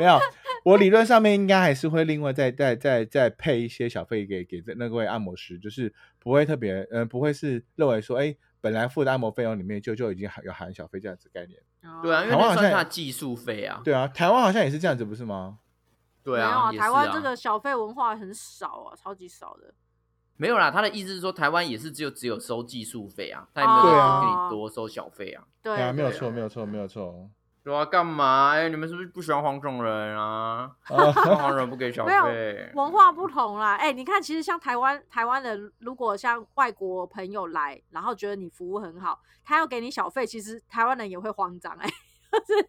[SPEAKER 1] 没有，我理论上面应该还是会另外再再再再配一些小费给给那位按摩师，就是不会特别嗯、呃不会是认为说哎、本来付的按摩费用里面就就已经含有含小费这样子概念。
[SPEAKER 3] 对啊，因为
[SPEAKER 1] 台
[SPEAKER 3] 那
[SPEAKER 1] 湾好
[SPEAKER 3] 算
[SPEAKER 1] 像
[SPEAKER 3] 他
[SPEAKER 1] 也
[SPEAKER 3] 的技术费啊。
[SPEAKER 1] 对啊，台湾好像也是这样子，不是吗？
[SPEAKER 3] 对
[SPEAKER 2] 没有
[SPEAKER 3] 啊，也是
[SPEAKER 2] 台湾
[SPEAKER 3] 啊
[SPEAKER 2] 这个小费文化很少啊，超级少的。
[SPEAKER 3] 没有啦，他的意思是说台湾也是只有只有收技术费啊，他也没有
[SPEAKER 1] 对
[SPEAKER 3] 说
[SPEAKER 1] 啊
[SPEAKER 2] 哦
[SPEAKER 3] 给你多收小费啊。
[SPEAKER 2] 对，
[SPEAKER 1] 对啊，没有
[SPEAKER 2] 对
[SPEAKER 1] 错，没有错，没有错。
[SPEAKER 3] 对啊，干嘛？哎，你们是不是不喜欢黄种人 啊？
[SPEAKER 1] 啊
[SPEAKER 3] 黄种人不给小
[SPEAKER 2] 没有
[SPEAKER 3] 费，
[SPEAKER 2] 文化不同啦。哎、你看，其实像台湾台湾人，如果像外国朋友来，然后觉得你服务很好，他要给你小费，其实台湾人也会慌张、哎， 就是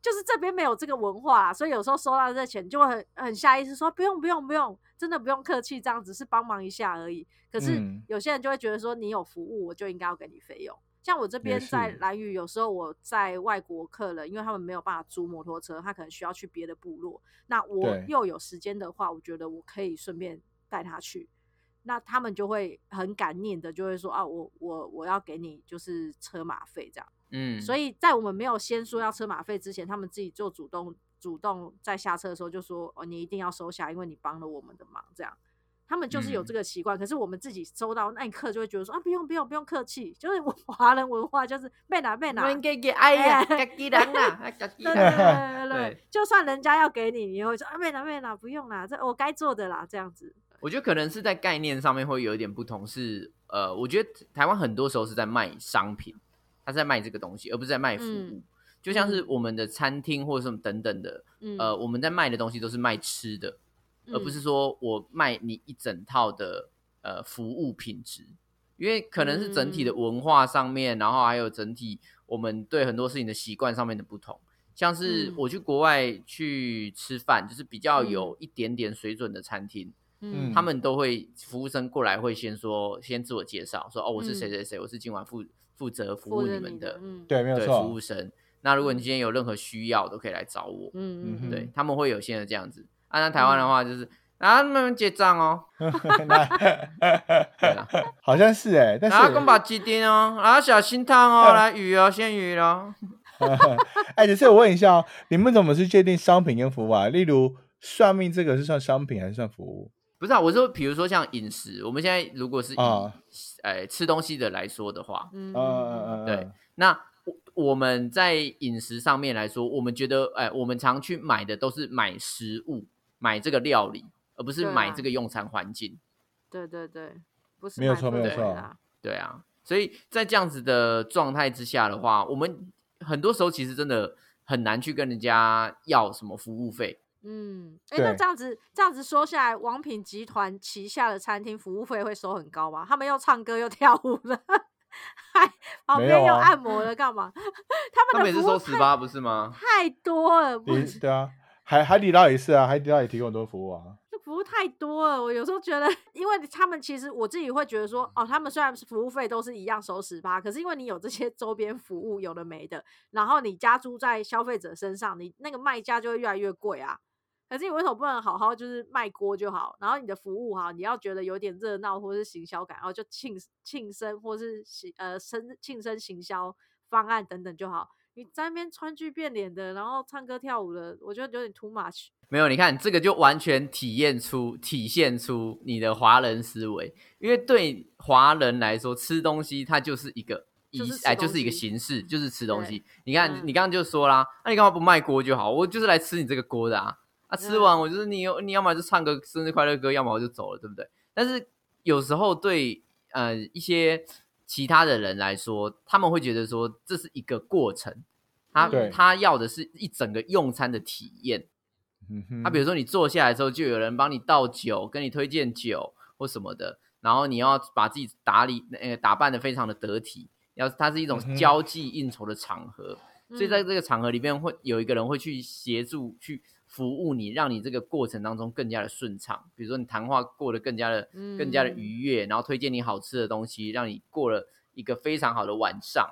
[SPEAKER 2] 就是这边没有这个文化啦，所以有时候收到这钱就会很很下意识说不用不用不用，真的不用客气，这样只是帮忙一下而已。可是
[SPEAKER 1] 嗯
[SPEAKER 2] 有些人就会觉得说你有服务，我就应该要给你费用。像我这边在
[SPEAKER 1] 是
[SPEAKER 2] 兰屿，有时候我在外国客人，因为他们没有办法租摩托车，他可能需要去别的部落，那我
[SPEAKER 1] 对
[SPEAKER 2] 又有时间的话，我觉得我可以顺便带他去。那他们就会很感念的，就会说啊，我我我要给你就是车马费这样。
[SPEAKER 3] 嗯，
[SPEAKER 2] 所以在我们没有先说要车马费之前，他们自己就主动主动在下车的时候就说哦，你一定要收下，因为你帮了我们的忙这样。他们就是有
[SPEAKER 3] 嗯
[SPEAKER 2] 这个习惯，可是我们自己收到那一刻就会觉得说啊，不用不用不用客气，就是我华人文化就是被拿被拿，
[SPEAKER 3] 我应该给哎 呀，
[SPEAKER 2] 哎
[SPEAKER 3] 自己人啦，啊自己
[SPEAKER 2] 对
[SPEAKER 3] 人
[SPEAKER 2] 对
[SPEAKER 3] 啦。
[SPEAKER 2] 对对
[SPEAKER 3] 对
[SPEAKER 2] 对，就算人家要给你，你也会说啊，没啦没啦，不用啦，这我该做的啦，这样子。
[SPEAKER 3] 我觉得可能是在概念上面会有一点不同，是呃，我觉得台湾很多时候是在卖商品，它是在卖这个东西，而不是在卖服务。
[SPEAKER 2] 嗯
[SPEAKER 3] 就像是我们的餐厅或者什么等等的，
[SPEAKER 2] 嗯，
[SPEAKER 3] 呃，我们在卖的东西都是卖吃的，而不
[SPEAKER 2] 嗯
[SPEAKER 3] 是说我卖你一整套的呃服务品质，因为可能是整体的
[SPEAKER 2] 嗯
[SPEAKER 3] 文化上面，然后还有整体我们对很多事情的习惯上面的不同。像是
[SPEAKER 2] 嗯
[SPEAKER 3] 我去国外去吃饭，就是比较有一点点水准的餐厅，
[SPEAKER 2] 嗯
[SPEAKER 3] 他们都会服务生过来会先说先自我介绍，说哦我是谁
[SPEAKER 2] 嗯
[SPEAKER 3] 谁谁，我是今晚负负责服
[SPEAKER 2] 负
[SPEAKER 3] 务
[SPEAKER 2] 责
[SPEAKER 3] 你们的，
[SPEAKER 2] 嗯
[SPEAKER 1] 对，没有
[SPEAKER 3] 对
[SPEAKER 1] 错。
[SPEAKER 3] 服 务生。那如果你今天有任何需要，都可以来找我。
[SPEAKER 2] 嗯
[SPEAKER 1] 嗯
[SPEAKER 2] 嗯，
[SPEAKER 3] 对，他们会有些人这样子。啊，那台湾的话就是、啊，慢慢结账哦，对啊
[SPEAKER 1] 好像是哎、 但
[SPEAKER 3] 然后
[SPEAKER 1] 是嗯
[SPEAKER 3] 公把鸡丁哦，然后小心烫哦，来鱼哦，鲜鱼咯。
[SPEAKER 1] 哎，只是我问一下哦，你们怎么去界定商品跟服务啊？例如算命这个是算商品还是算服务？
[SPEAKER 3] 不是啊，我说，比如说像饮食，我们现在如果是以、
[SPEAKER 1] 啊
[SPEAKER 3] 呃吃东西的来说的话，
[SPEAKER 2] 嗯
[SPEAKER 1] 嗯嗯嗯，
[SPEAKER 2] 嗯
[SPEAKER 3] 对那我我们在饮食上面来说，我们觉得，哎、我们常去买的都是买食物，买这个料理，而不是
[SPEAKER 2] 对啊
[SPEAKER 3] 买这个用餐环境。
[SPEAKER 2] 对对对，不是
[SPEAKER 1] 没有
[SPEAKER 2] 买
[SPEAKER 1] 错
[SPEAKER 2] 不
[SPEAKER 1] 没有
[SPEAKER 2] 回
[SPEAKER 1] 错
[SPEAKER 2] 啦，
[SPEAKER 3] 对啊，所以在这样子的状态之下的话，我们很多时候其实真的很难去跟人家要什么服务费，
[SPEAKER 2] 嗯，哎、那
[SPEAKER 1] 对
[SPEAKER 2] 这样子这样子说下来，王品集团旗下的餐厅服务费会收很高吗？他们又唱歌又跳舞了，还旁
[SPEAKER 1] 没
[SPEAKER 2] 边
[SPEAKER 1] 有
[SPEAKER 2] 又
[SPEAKER 1] 啊
[SPEAKER 2] 按摩了，干嘛？
[SPEAKER 3] 他
[SPEAKER 2] 他
[SPEAKER 3] 们也
[SPEAKER 2] 们的
[SPEAKER 3] 是
[SPEAKER 2] 服务
[SPEAKER 3] 收十八不是吗？
[SPEAKER 2] 太多了，不
[SPEAKER 1] 你对啊，海海底捞也是啊，海底捞也提供很多服务啊。
[SPEAKER 2] 这服务太多了，我有时候觉得，因为他们其实我自己会觉得说，哦，他们虽然是服务费都是一样收十八，可是因为你有这些周边服务，有的没的，然后你加注在消费者身上，你那个卖价就会越来越贵啊。可是你为什么不能好好就是卖锅就好？然后你的服务哈，你要觉得有点热闹或是行销感，然后就庆庆生或是行呃生庆生行销方案等等就好。你在那边川剧变脸的，然后唱歌跳舞的，我觉得有点 too much。
[SPEAKER 3] 没有，你看这个就完全体验出、体现出你的华人思维，因为对华人来说，吃东西它就是一个仪
[SPEAKER 2] 就是吃
[SPEAKER 3] 哎，就
[SPEAKER 2] 东
[SPEAKER 3] 是一个
[SPEAKER 2] 西
[SPEAKER 3] 形式，就是吃东
[SPEAKER 2] 对
[SPEAKER 3] 西。你看，
[SPEAKER 2] 嗯
[SPEAKER 3] 你刚刚就说啦，啊那、你干嘛不卖锅就好？我就是来吃你这个锅的啊！啊，吃
[SPEAKER 2] 嗯
[SPEAKER 3] 完我就是你有，你要么就唱个生日快乐歌，要么我就走了，对不对？但是有时候对呃一些其他的人来说，他们会觉得说这是一个过程，他
[SPEAKER 2] 嗯
[SPEAKER 1] 对
[SPEAKER 3] 他要的是一整个用餐的体验。
[SPEAKER 1] 嗯哼，
[SPEAKER 3] 啊，比如说你坐下来的时候，就有人帮你倒酒，跟你推荐酒或什么的，然后你要把自己打理呃打扮的非常的得体，要它是一
[SPEAKER 1] 嗯
[SPEAKER 3] 种
[SPEAKER 1] 哼
[SPEAKER 3] 交际应酬的场合，所以在
[SPEAKER 2] 嗯
[SPEAKER 3] 这个场合里面会有一个人会去协助去服务你，让你这个过程当中更加的顺畅，比如说你谈话过得更加的更加的
[SPEAKER 2] 嗯
[SPEAKER 3] 愉悦，然后推荐你好吃的东西，让你过了一个非常好的晚上。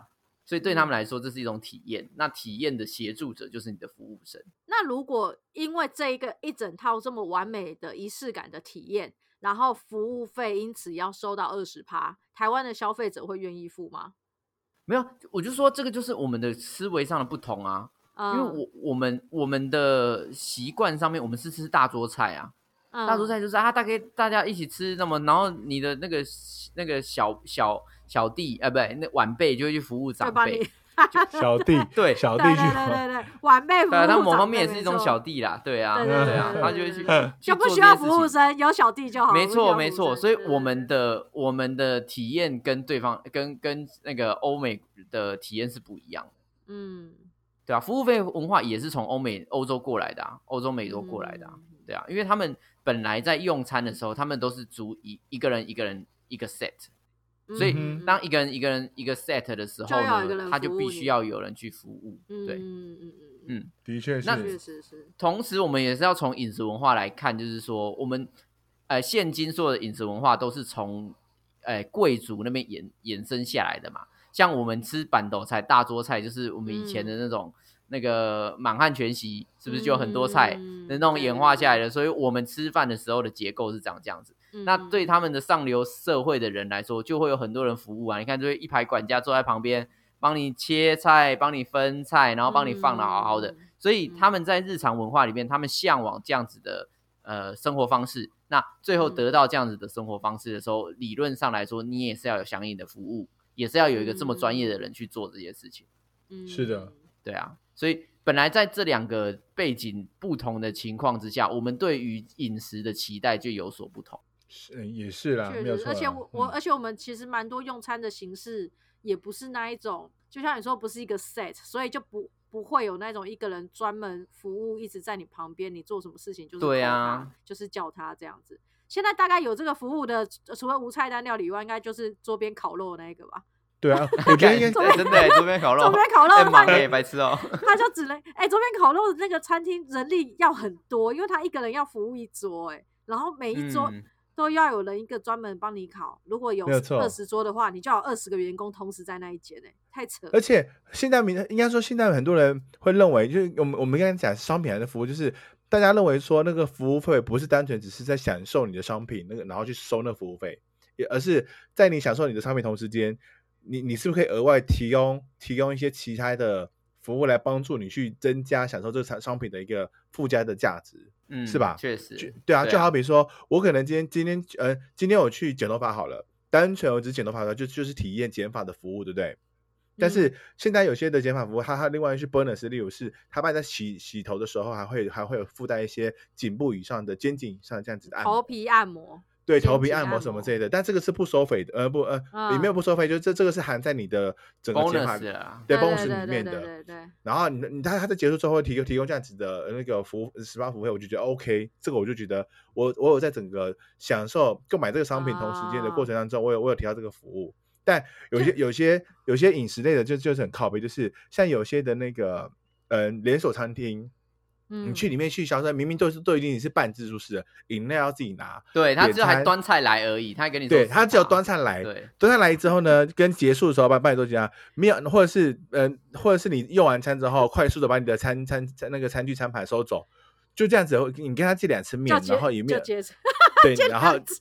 [SPEAKER 3] 所以对
[SPEAKER 2] 嗯
[SPEAKER 3] 他们来说，这是一种体验。那体验的协助者就是你的服务生。
[SPEAKER 2] 那如果因为这一个一整套这么完美的仪式感的体验，然后服务费因此要收到二十趴，台湾的消费者会愿意付吗？
[SPEAKER 3] 没有，我就说这个就是我们的思维上的不同啊，因
[SPEAKER 2] 嗯，
[SPEAKER 3] 为我我们我们的习惯上面，我们是吃大桌菜啊，
[SPEAKER 2] 我
[SPEAKER 3] 大桌菜就是啊，大概大家一起吃，那么然后你的那个那个小小小弟啊，不对，那晚辈就会去服务
[SPEAKER 2] 对
[SPEAKER 3] 长
[SPEAKER 2] 吧？
[SPEAKER 3] 辈
[SPEAKER 2] 你，
[SPEAKER 1] 小弟，
[SPEAKER 3] 对
[SPEAKER 1] 小弟
[SPEAKER 2] 对对
[SPEAKER 1] 去
[SPEAKER 2] 对对对，晚辈服务
[SPEAKER 3] 对啊，他某
[SPEAKER 2] 长
[SPEAKER 3] 方面也
[SPEAKER 2] 辈
[SPEAKER 3] 是一
[SPEAKER 2] 没
[SPEAKER 3] 种
[SPEAKER 2] 错
[SPEAKER 3] 小弟啦，对啊，
[SPEAKER 2] 对
[SPEAKER 1] 对
[SPEAKER 3] 对啊
[SPEAKER 1] 对，对
[SPEAKER 3] 他就会去
[SPEAKER 2] 对
[SPEAKER 1] 对
[SPEAKER 3] 去
[SPEAKER 2] 就不
[SPEAKER 3] 做
[SPEAKER 2] 需
[SPEAKER 3] 这
[SPEAKER 2] 要
[SPEAKER 3] 些事
[SPEAKER 2] 服务
[SPEAKER 3] 情
[SPEAKER 2] 生，有小弟就好。
[SPEAKER 3] 没
[SPEAKER 2] 不需
[SPEAKER 3] 错，
[SPEAKER 2] 要
[SPEAKER 3] 没
[SPEAKER 2] 服务
[SPEAKER 3] 错。
[SPEAKER 2] 生
[SPEAKER 3] 所以
[SPEAKER 2] 对
[SPEAKER 3] 我
[SPEAKER 2] 对
[SPEAKER 3] 们
[SPEAKER 2] 对
[SPEAKER 3] 的我们的体验跟对方跟跟那个欧美的体验是不一样的，
[SPEAKER 2] 嗯，
[SPEAKER 3] 对啊，服务费文化也是从欧美欧洲过来的啊，欧洲美洲过来的啊，
[SPEAKER 2] 嗯
[SPEAKER 3] 对啊，因为他们本来在用餐的时候，他们都是逐一一个人一个人一个 set，所以
[SPEAKER 2] 嗯
[SPEAKER 3] 当一个人一个人一个 set 的时候
[SPEAKER 2] 就要有一个
[SPEAKER 3] 呢
[SPEAKER 2] 人，
[SPEAKER 3] 他就
[SPEAKER 2] 服务
[SPEAKER 3] 必
[SPEAKER 2] 你
[SPEAKER 3] 须要有人去服务，
[SPEAKER 2] 嗯
[SPEAKER 3] 对。
[SPEAKER 2] 嗯嗯嗯嗯，
[SPEAKER 3] 嗯
[SPEAKER 1] 的确
[SPEAKER 3] 那
[SPEAKER 2] 确
[SPEAKER 1] 是，
[SPEAKER 2] 实是，
[SPEAKER 3] 同时，我们也是要从饮食文化来看，就是说，我们呃，现今所有的饮食文化都是从呃贵族那边衍衍生下来的嘛。像我们吃板豆菜、大桌菜，就是我们以
[SPEAKER 2] 嗯
[SPEAKER 3] 前的那种、那个满汉全席，是不是就有很多菜
[SPEAKER 2] 嗯
[SPEAKER 3] 的那种
[SPEAKER 2] 对
[SPEAKER 3] 演
[SPEAKER 2] 对
[SPEAKER 3] 化
[SPEAKER 2] 对
[SPEAKER 3] 下来的？所以我们吃饭的时候的结构是长这样子。那
[SPEAKER 2] 嗯
[SPEAKER 3] 对他们的上流社会的人来说，就会有很多人服务啊。你看，就会一排管家坐在旁边，帮你切菜、帮你分菜，然后帮你放的好好的。，
[SPEAKER 2] 嗯
[SPEAKER 3] 所以他们在日常文化里面，他们向往这样子的呃生活方式。那最后
[SPEAKER 2] 嗯
[SPEAKER 3] 得到这样子的生活方式的时候，理论上来说，你也是要有相应的服务，也是要有一个这么专业的人去做这些事情。
[SPEAKER 2] 嗯
[SPEAKER 1] 是的
[SPEAKER 2] 嗯
[SPEAKER 3] 对啊，所以本来在这两个背景不同的情况之下，我们对于饮食的期待就有所不同。
[SPEAKER 1] 是嗯也是
[SPEAKER 3] 啊
[SPEAKER 1] 啦，没有
[SPEAKER 2] 确
[SPEAKER 1] 错啦。
[SPEAKER 2] 实，而且我我、
[SPEAKER 1] 嗯
[SPEAKER 2] 而且我们其实蛮多用餐的形式也不是那一种，就像你说不是一个 set，所以就不不会有那种一个人专门服务一直在你旁边，你做什么事情就是
[SPEAKER 3] 对
[SPEAKER 2] call 他
[SPEAKER 3] 啊，
[SPEAKER 2] 就是叫他这样子。现在大概有这个服务的，呃除了无菜单料理以外，应该就是桌边烤肉那一个吧。
[SPEAKER 1] 对啊，我觉得应该
[SPEAKER 3] 干真的欸这边烤肉
[SPEAKER 2] 桌，边烤肉
[SPEAKER 3] 哎，
[SPEAKER 2] 他
[SPEAKER 3] 忙哎，白痴哦。
[SPEAKER 2] 他就只能哎、桌边烤肉那个餐厅人力要很多，因为他一个人要服务一桌哎、然后每一桌
[SPEAKER 3] 嗯
[SPEAKER 2] 都要有人一个专门帮你烤。如果有
[SPEAKER 1] 没有错
[SPEAKER 2] 二十桌的话，你就要二十个员工同时在那一间哎、太扯了。
[SPEAKER 1] 而且现在民应该说，现在很多人会认为，就是我们我们刚才讲商品还是服务，就是大家认为说那个服务费不是单纯只是在享受你的商品，那个然后去收那服务费，也而是在你享受你的商品同时间，你你是不是可以额外提供提供一些其他的服务来帮助你去增加享受这个产商品的一个附加的价值？
[SPEAKER 3] 嗯
[SPEAKER 1] 是吧
[SPEAKER 3] 确
[SPEAKER 1] 就
[SPEAKER 3] 实，
[SPEAKER 1] 对啊，就好比说，我可能今天今天呃，今天我去剪头发好了，单纯我只剪头发的话，就就是体验剪发的服务，对不对？但是现在有些的剪发服务，它它另外是 bonus，例如是它帮你在洗洗头的时候，还会还会有附带一些颈部以上的、肩颈以上这样子的按摩
[SPEAKER 2] 头皮按摩，
[SPEAKER 1] 对
[SPEAKER 2] 肩
[SPEAKER 1] 头皮
[SPEAKER 2] 颈
[SPEAKER 1] 按摩
[SPEAKER 2] 按
[SPEAKER 1] 什么
[SPEAKER 2] 摩
[SPEAKER 1] 之类的，但这个是不收费的，呃不呃，也没有
[SPEAKER 2] 嗯
[SPEAKER 1] 不收费，就是这这个是含在你的整个钱款
[SPEAKER 3] bonus 啊，
[SPEAKER 1] 对
[SPEAKER 2] 对
[SPEAKER 1] bonus
[SPEAKER 2] 对
[SPEAKER 1] 里面
[SPEAKER 2] 对
[SPEAKER 1] 的。
[SPEAKER 2] 对对对，
[SPEAKER 1] 然后你的你他他在结束之后会提供提供这样子的呃那个服务 SPA 服务费，我就觉得 OK，这个我就觉得我我有在整个享受购买这个商品同时间的过
[SPEAKER 2] 啊
[SPEAKER 1] 程当中，我有我有提到这个服务。但有些有些有些饮食类的就就是很靠背，就是像有些的那个嗯、呃连锁餐厅，
[SPEAKER 2] 嗯，
[SPEAKER 1] 你去里面去消费，明明都是都已经是半自助式的，饮料要自己拿，
[SPEAKER 3] 对他只有
[SPEAKER 1] 点
[SPEAKER 3] 还
[SPEAKER 1] 餐
[SPEAKER 3] 端菜来而已，他还跟你说
[SPEAKER 1] 对他只有
[SPEAKER 3] 复杂
[SPEAKER 1] 端上来，
[SPEAKER 3] 对
[SPEAKER 1] 端上来之后呢，跟结束的时候把把你桌子啊，没有，或者是嗯、或者是你用完餐之后，快速的把你的餐餐餐那个餐具餐盘收走，就这样子，你跟他借两次面
[SPEAKER 2] 叫，结
[SPEAKER 1] 然后也没
[SPEAKER 2] 叫
[SPEAKER 1] 有
[SPEAKER 2] 结 账
[SPEAKER 1] 对，然后
[SPEAKER 2] 吃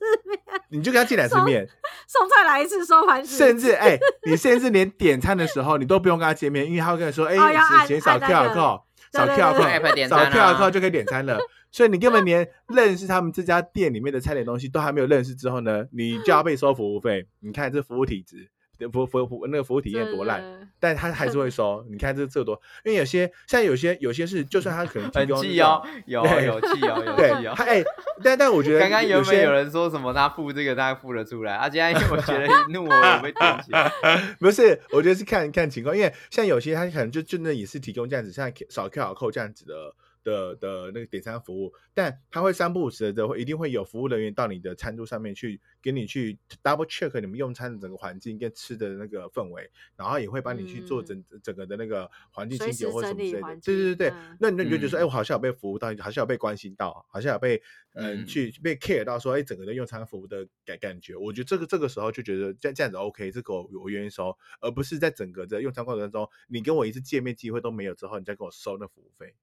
[SPEAKER 1] 你就跟他借两次
[SPEAKER 2] 收
[SPEAKER 1] 面，
[SPEAKER 2] 送菜来一次收 盘子，
[SPEAKER 1] 甚至哎、你甚至连点餐的时候你都不用跟他见面，因为他会跟你说，哎、
[SPEAKER 2] 哦要
[SPEAKER 1] 欸，
[SPEAKER 2] 按
[SPEAKER 1] 请扫
[SPEAKER 2] 按那个
[SPEAKER 1] QR code，扫 QR
[SPEAKER 2] 对对对
[SPEAKER 1] code，
[SPEAKER 3] app 点
[SPEAKER 1] 扫
[SPEAKER 3] 餐
[SPEAKER 1] QR code
[SPEAKER 3] 啊，
[SPEAKER 1] 就可以点餐了。所以你根本连认识他们这家店里面的餐点东西都还没有认识之后呢，你就要被收服务 费。你看这服务体质，服服服那个服务体验多烂，
[SPEAKER 2] 真的
[SPEAKER 1] 但他还是会收。你看这这多，因为有些现在有些有些是，就算他可能提
[SPEAKER 3] 很
[SPEAKER 1] 供
[SPEAKER 3] 气
[SPEAKER 1] 这种
[SPEAKER 3] 哦，有
[SPEAKER 1] 对
[SPEAKER 3] 有气哦，有气
[SPEAKER 1] 对，
[SPEAKER 3] 哦
[SPEAKER 1] 他。哎、但但我觉得
[SPEAKER 3] 刚刚原
[SPEAKER 1] 有
[SPEAKER 3] 本
[SPEAKER 1] 些
[SPEAKER 3] 有人说什么他付这个他付了出来，啊，现在我觉得怒我我被点起来，
[SPEAKER 1] 不是，我觉得是看看情况，因为像有些他可能就真的也是提供这样子，像扫 QR code 这样子的的的那个点餐服务，但他会三不五时的，会一定会有服务人员到你的餐桌上面去给你去 double check 你们用餐的整个环境跟吃的那个氛围，然后也会帮你去做
[SPEAKER 2] 嗯
[SPEAKER 1] 整、整个的那个环境
[SPEAKER 2] 随
[SPEAKER 1] 清洁
[SPEAKER 2] 时
[SPEAKER 1] 或者什
[SPEAKER 2] 整
[SPEAKER 1] 么之
[SPEAKER 2] 理
[SPEAKER 1] 类的
[SPEAKER 2] 环。
[SPEAKER 1] 对对
[SPEAKER 2] 境
[SPEAKER 1] 对，
[SPEAKER 2] 嗯
[SPEAKER 1] 那你就觉得觉得说，
[SPEAKER 3] 嗯
[SPEAKER 1] 哎、我好像有被服务到，好像有被关心到，好像有被嗯、
[SPEAKER 3] 嗯
[SPEAKER 1] 去被 care 到说，哎、整个的用餐服务的感感觉，我觉得这个这个时候就觉得这样这样子 OK，这个我我愿意收，而不是在整个的用餐过程当中，你跟我一次见面机会都没有之后，你再跟我收那服务费。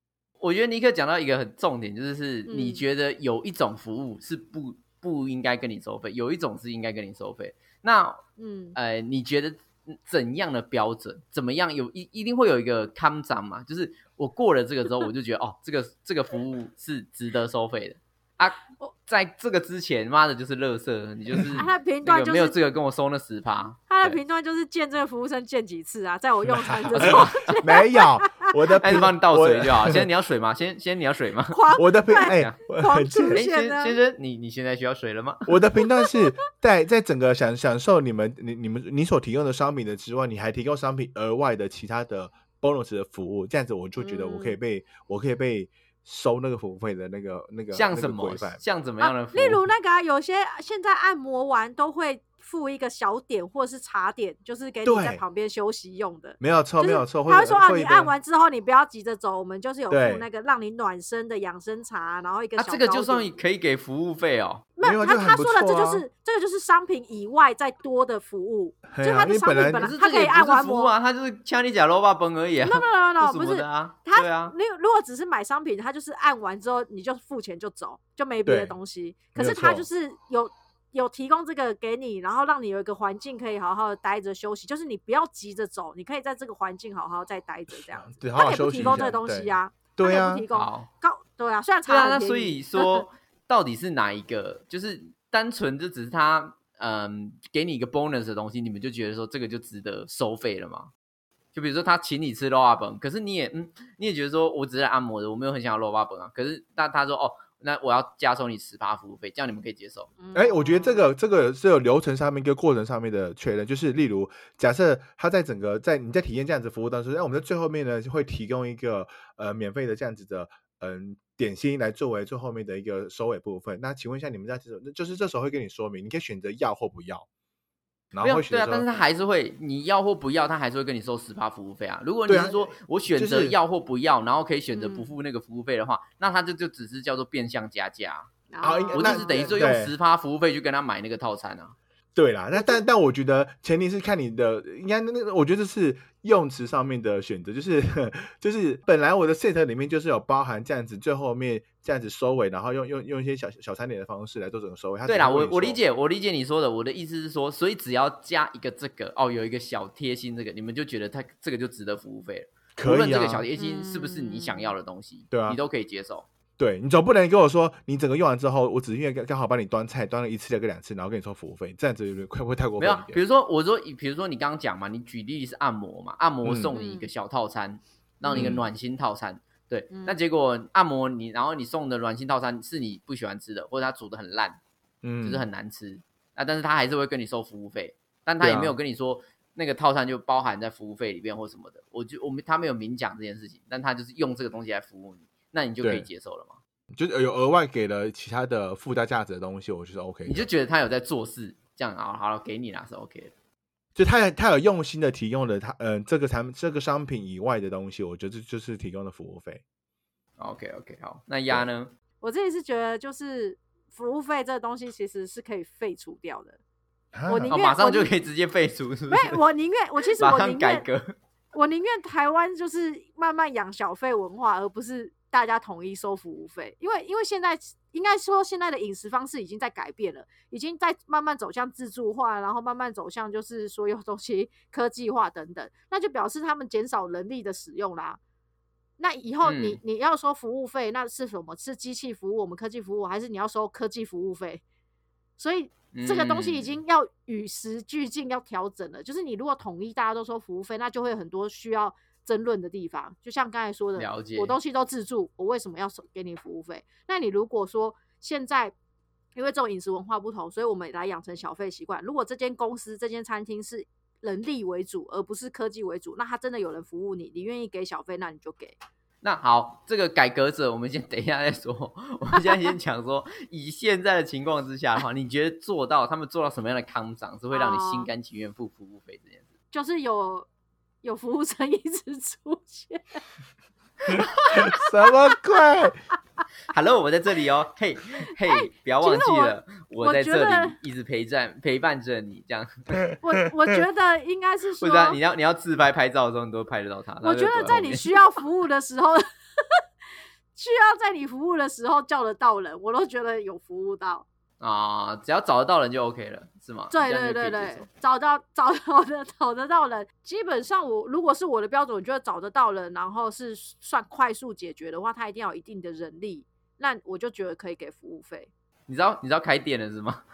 [SPEAKER 3] 我觉得尼克讲到一个很重点，就是是
[SPEAKER 2] 嗯
[SPEAKER 3] 你觉得有一种服务是不不应该跟你收费，有一种是应该跟你收费。那
[SPEAKER 2] 嗯
[SPEAKER 3] 呃，你觉得怎样的标准？怎么样有一一定会有一个康涨嘛？就是我过了这个之后，我就觉得哦，这个这个服务是值得收费的啊
[SPEAKER 2] 我。
[SPEAKER 3] 在这个之前，妈的就是垃圾，你就是
[SPEAKER 2] 啊他评
[SPEAKER 3] 那
[SPEAKER 2] 断
[SPEAKER 3] 个
[SPEAKER 2] 就
[SPEAKER 3] 没有
[SPEAKER 2] 是
[SPEAKER 3] 资格跟我收那十趴。
[SPEAKER 2] 他的
[SPEAKER 3] 对哦
[SPEAKER 2] 评断就是见这个服务生见几次啊，在我用 餐的时
[SPEAKER 3] 是
[SPEAKER 2] 候
[SPEAKER 3] 吗
[SPEAKER 1] 哎没有，我 的
[SPEAKER 3] 开始
[SPEAKER 1] 评
[SPEAKER 3] 帮你倒水就
[SPEAKER 1] 我
[SPEAKER 3] 好。先你要水吗？先先你要 水吗？
[SPEAKER 2] 狂
[SPEAKER 1] 我的评哎、
[SPEAKER 3] 狂
[SPEAKER 1] 我
[SPEAKER 2] 狂
[SPEAKER 1] 很
[SPEAKER 2] 出
[SPEAKER 1] 贱
[SPEAKER 2] 不
[SPEAKER 3] 哎，
[SPEAKER 2] 现
[SPEAKER 3] 先
[SPEAKER 2] 呢
[SPEAKER 3] 先生，你你现在需要水了吗？
[SPEAKER 1] 我的评论是在在整个享享受你们你你们你所提供的商品的之外，你还提供商品额外的其他的 bonus 的服务，这样子我就觉得我可以
[SPEAKER 2] 嗯
[SPEAKER 1] 被、我可以被收那个服务费的那个那个
[SPEAKER 3] 像
[SPEAKER 1] 那
[SPEAKER 3] 什
[SPEAKER 1] 个
[SPEAKER 3] 么
[SPEAKER 1] 规范？
[SPEAKER 3] 像怎么样的
[SPEAKER 2] 啊
[SPEAKER 3] 服务？
[SPEAKER 2] 例如那个啊、有些现在按摩完都会附一个小点或者是茶点，就是给你在
[SPEAKER 1] 对
[SPEAKER 2] 旁边休息用的。
[SPEAKER 1] 没有错，没有错，
[SPEAKER 2] 就是他会说啊，
[SPEAKER 1] 会
[SPEAKER 2] 你
[SPEAKER 1] 的
[SPEAKER 2] 按完之后你不要急着走，我们就是有
[SPEAKER 1] 对
[SPEAKER 2] 附那个让你暖身的养生茶，然后一个
[SPEAKER 3] 啊，
[SPEAKER 2] 小、
[SPEAKER 3] 这个就算可以给服务费哦。
[SPEAKER 2] 没
[SPEAKER 1] 没有
[SPEAKER 2] 有
[SPEAKER 1] 这
[SPEAKER 2] 他
[SPEAKER 1] 个很
[SPEAKER 2] 他
[SPEAKER 1] 不
[SPEAKER 2] 说了，这
[SPEAKER 1] 错
[SPEAKER 2] 就
[SPEAKER 1] 啊
[SPEAKER 2] 是这个就是商品以外再多的 服务。
[SPEAKER 1] 嘿
[SPEAKER 2] 就
[SPEAKER 1] 啊
[SPEAKER 2] 他
[SPEAKER 1] 因
[SPEAKER 2] 的
[SPEAKER 1] 为
[SPEAKER 2] 商
[SPEAKER 1] 本
[SPEAKER 2] 品
[SPEAKER 1] 来
[SPEAKER 2] 本
[SPEAKER 3] 可
[SPEAKER 2] 来
[SPEAKER 3] 是
[SPEAKER 2] 他
[SPEAKER 3] 这
[SPEAKER 2] 可
[SPEAKER 3] 个
[SPEAKER 2] 以
[SPEAKER 3] 也
[SPEAKER 2] 按
[SPEAKER 3] 不是
[SPEAKER 2] 完
[SPEAKER 3] 服务
[SPEAKER 2] 摩
[SPEAKER 3] 啊，他就是掐你假肉霸崩而 已啊。
[SPEAKER 2] no no no no，
[SPEAKER 3] 不
[SPEAKER 2] 不
[SPEAKER 3] 什么
[SPEAKER 2] 是
[SPEAKER 3] 的啊，
[SPEAKER 2] 他
[SPEAKER 3] 对啊，
[SPEAKER 2] 你如果只是买商品，他就是按完之后你就付钱就走，就没别
[SPEAKER 1] 对
[SPEAKER 2] 的东西。可
[SPEAKER 1] 没
[SPEAKER 2] 是
[SPEAKER 1] 有
[SPEAKER 2] 他
[SPEAKER 1] 错
[SPEAKER 2] 就是有有提供这个给你，然后让你有一个环境可以好好的待着休息，就是你不要急着走，你可以在这个环境好好再待着这样子。
[SPEAKER 1] 对好
[SPEAKER 2] 他
[SPEAKER 1] 好
[SPEAKER 2] 也
[SPEAKER 1] 休
[SPEAKER 2] 不
[SPEAKER 1] 息
[SPEAKER 2] 提
[SPEAKER 1] 一
[SPEAKER 2] 供
[SPEAKER 1] 下
[SPEAKER 2] 这个东
[SPEAKER 1] 对
[SPEAKER 2] 西啊，
[SPEAKER 1] 对
[SPEAKER 2] 他
[SPEAKER 1] 啊
[SPEAKER 2] 也不提供
[SPEAKER 3] 好，
[SPEAKER 2] 高对啊，虽然
[SPEAKER 3] 对啊，
[SPEAKER 2] 茶
[SPEAKER 3] 那
[SPEAKER 2] 很
[SPEAKER 3] 所
[SPEAKER 2] 便宜，
[SPEAKER 3] 以 说，到底是哪一个？就是单纯就只是他，嗯，给你一个 bonus 的东西，你们就觉得说这个就值得收费了吗？就比如说他请你吃肉啊本，可是你也嗯，你也觉得说我只是来按摩的，我没有很想要肉啊本啊。可是那他说哦，那我要加收你十趴服务费，这样你们可以接受。
[SPEAKER 2] 嗯
[SPEAKER 1] 哎、我觉得这个这个是有流程上面跟过程上面的确认，就是例如，假设他在整个在你在体验这样子服务当中，那我们在最后面呢就会提供一个呃免费的这样子的嗯、点心来作为最后面的一个收尾部分。那请问一下，你们在这种就是这时候会跟你说明，你可以选择要或不要，然
[SPEAKER 3] 没有
[SPEAKER 1] 后会选
[SPEAKER 3] 对
[SPEAKER 1] 择
[SPEAKER 3] 啊，
[SPEAKER 1] 说
[SPEAKER 3] 但是他还是会，你要或不要，他还是会跟你收十趴服务费啊。如果你
[SPEAKER 1] 对啊
[SPEAKER 3] 是说我选
[SPEAKER 1] 就
[SPEAKER 3] 择
[SPEAKER 1] 是
[SPEAKER 3] 要或不要，然后可以选择不
[SPEAKER 2] 嗯
[SPEAKER 3] 付那个服务费的话，那他这就只是叫做变相加价啊。
[SPEAKER 1] 好应该
[SPEAKER 3] 我
[SPEAKER 1] 呃那
[SPEAKER 3] 就是等于说
[SPEAKER 1] 对
[SPEAKER 3] 用十趴服务费去跟他买那个套餐啊。
[SPEAKER 1] 对啦，那但但我觉得前提是看你的，应该那个，我觉得这是用词上面的选择，就是就是本来我的 set 里面就是有包含这样子，最后面这样子收尾，然后用用用一些小小餐点的方式来做整个收尾。它
[SPEAKER 3] 对
[SPEAKER 1] 只
[SPEAKER 3] 啦，
[SPEAKER 1] 是会
[SPEAKER 3] 我
[SPEAKER 1] 跟你
[SPEAKER 3] 我理
[SPEAKER 1] 说，
[SPEAKER 3] 解，我理解你说的。我的意思是说，所以只要加一个这个哦，有一个小贴心，这个你们就觉得它这个就值得服务费了。无
[SPEAKER 1] 可
[SPEAKER 3] 论
[SPEAKER 1] 以
[SPEAKER 3] 这个小
[SPEAKER 1] 啊，
[SPEAKER 3] 贴心是不是你想要的东西，
[SPEAKER 1] 对啊
[SPEAKER 3] 你都可以接受。
[SPEAKER 1] 对你总不能跟我说你整个用完之后，我只是因为刚刚好帮你端菜端了一次、两个两次，然后跟你收服务费，这样子有点会不会太过
[SPEAKER 3] 没
[SPEAKER 1] 分
[SPEAKER 3] 有啊
[SPEAKER 1] 一，
[SPEAKER 3] 比
[SPEAKER 1] 点？
[SPEAKER 3] 如说我说，比如说你刚刚讲嘛，你举例是按摩嘛，按摩
[SPEAKER 1] 嗯
[SPEAKER 3] 送你一个
[SPEAKER 2] 嗯
[SPEAKER 3] 小套餐，让你一个
[SPEAKER 1] 嗯
[SPEAKER 3] 暖心套餐。对，
[SPEAKER 2] 嗯
[SPEAKER 3] 那结果按摩你，然后你送的暖心套餐是你不喜欢吃的，或者他煮的很烂，
[SPEAKER 1] 嗯，
[SPEAKER 3] 就是很难吃啊，但是他还是会跟你收服务费，但他
[SPEAKER 1] 对
[SPEAKER 3] 也
[SPEAKER 1] 啊
[SPEAKER 3] 没有跟你说那个套餐就包含在服务费里面或什么的，我就我们他没有明讲这件事情，但他就是用这个东西来服务你，那你就可以
[SPEAKER 1] 对
[SPEAKER 3] 接受了嘛，
[SPEAKER 1] 就是有额外给了其他的附加价值的东西，我就是 OK 的。
[SPEAKER 3] 你就觉得他有在做事，这样啊，好了，给你啦是 OK 的，
[SPEAKER 1] 就他有他有用心的提供了他嗯、呃、这个产这个商品以外的东西，我觉得这就是提供的服务费。
[SPEAKER 3] OK OK 好，那鸭呢？
[SPEAKER 2] 我自己是觉得就是服务费这个东西其实是可以废除掉的。我宁
[SPEAKER 1] 啊
[SPEAKER 3] 哦，
[SPEAKER 2] 愿
[SPEAKER 3] 马上
[SPEAKER 2] 我
[SPEAKER 3] 就
[SPEAKER 2] 宁
[SPEAKER 3] 可以直接废除， 是不
[SPEAKER 2] 没
[SPEAKER 3] 是？，
[SPEAKER 2] 我宁愿我其实
[SPEAKER 3] 马
[SPEAKER 2] 我宁
[SPEAKER 3] 上改
[SPEAKER 2] 愿
[SPEAKER 3] 革。
[SPEAKER 2] 我宁愿台湾就是慢慢养小费文化，而不是大家统一收服务费，因为因为现在应该说现在的饮食方式已经在改变了，已经在慢慢走向自助化，然后慢慢走向就是所有东西科技化等等，那就表示他们减少人力的使用啦。那以后你、
[SPEAKER 3] 嗯
[SPEAKER 2] 你要收服务费，那是什么？是机器服务，我们科技服务，还是你要收科技服务费？所以这个东西已
[SPEAKER 3] 嗯
[SPEAKER 2] 经要与时俱进，要调整了。就是你如果统一大家都收服务费，那就会有很多需要争论的地方。就像刚才说的
[SPEAKER 3] 了，解
[SPEAKER 2] 我东西都自助，我为什么要收给你服务费？那你如果说现在因为这种饮食文化不同，所以我们来养成小费习惯。如果这间公司、这间餐厅是人力为主，而不是科技为主，那他真的有人服务你，你愿意给小费，那你就给。
[SPEAKER 3] 那好，这个改革者，我们先 等一下再说。我们现在先讲说，以现在的情况之下的话，你觉得做到他们做到什么样的康长，是会让你心
[SPEAKER 2] 哦
[SPEAKER 3] 甘情愿付服务费这件事？
[SPEAKER 2] 就是有有服务生一 直出现，
[SPEAKER 1] 什么鬼？
[SPEAKER 3] Hello，我在这里哦，嘿，嘿，不要忘
[SPEAKER 2] 其实
[SPEAKER 3] 记
[SPEAKER 2] 哎我
[SPEAKER 3] 了，我
[SPEAKER 2] 我
[SPEAKER 3] 在
[SPEAKER 2] 觉
[SPEAKER 3] 这里
[SPEAKER 2] 得
[SPEAKER 3] 一直陪伴陪伴着你，这样。
[SPEAKER 2] 我我觉得应该是
[SPEAKER 3] 不
[SPEAKER 2] 说
[SPEAKER 3] 知，道你要你要自拍拍照的时候，你都会拍得到他。他
[SPEAKER 2] 我觉
[SPEAKER 3] 就躲
[SPEAKER 2] 得
[SPEAKER 3] 后
[SPEAKER 2] 在你
[SPEAKER 3] 面
[SPEAKER 2] 需要服务的时候， 需要在你服务的时候叫得到人，我都觉得有服务到。
[SPEAKER 3] 啊，只要找得到人就 OK 了，是吗？这
[SPEAKER 2] 对
[SPEAKER 3] 样
[SPEAKER 2] 对
[SPEAKER 3] 就可
[SPEAKER 2] 对
[SPEAKER 3] 以接
[SPEAKER 2] 对
[SPEAKER 3] 受，
[SPEAKER 2] 找到找到的找得到人，基本上我如果是我的标准，我觉得找得到人，然后是算快速解决的话，他一定要有一定的人力，那我就觉得可以给服务费。
[SPEAKER 3] 你知道你知道开店了是吗？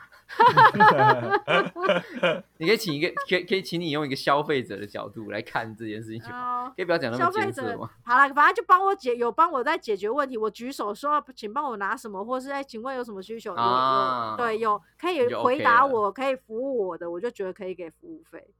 [SPEAKER 3] 你可以请一个，可以可以请你用一个消费者的角度来看这件事情吗，
[SPEAKER 2] 哦
[SPEAKER 3] 可以不要讲那
[SPEAKER 2] 消
[SPEAKER 3] 么
[SPEAKER 2] 费
[SPEAKER 3] 艰
[SPEAKER 2] 者
[SPEAKER 3] 涩吗？
[SPEAKER 2] 好了，反正就帮我解，有帮我在解决问题。我举手说，请帮我拿什么，或是哎，请问有什么需求？有
[SPEAKER 3] 啊
[SPEAKER 2] 有对，有可
[SPEAKER 3] 你
[SPEAKER 2] 以
[SPEAKER 3] 就
[SPEAKER 2] 回
[SPEAKER 3] OK 了
[SPEAKER 2] 答我，可以服务我的，我就觉得可以给服务费。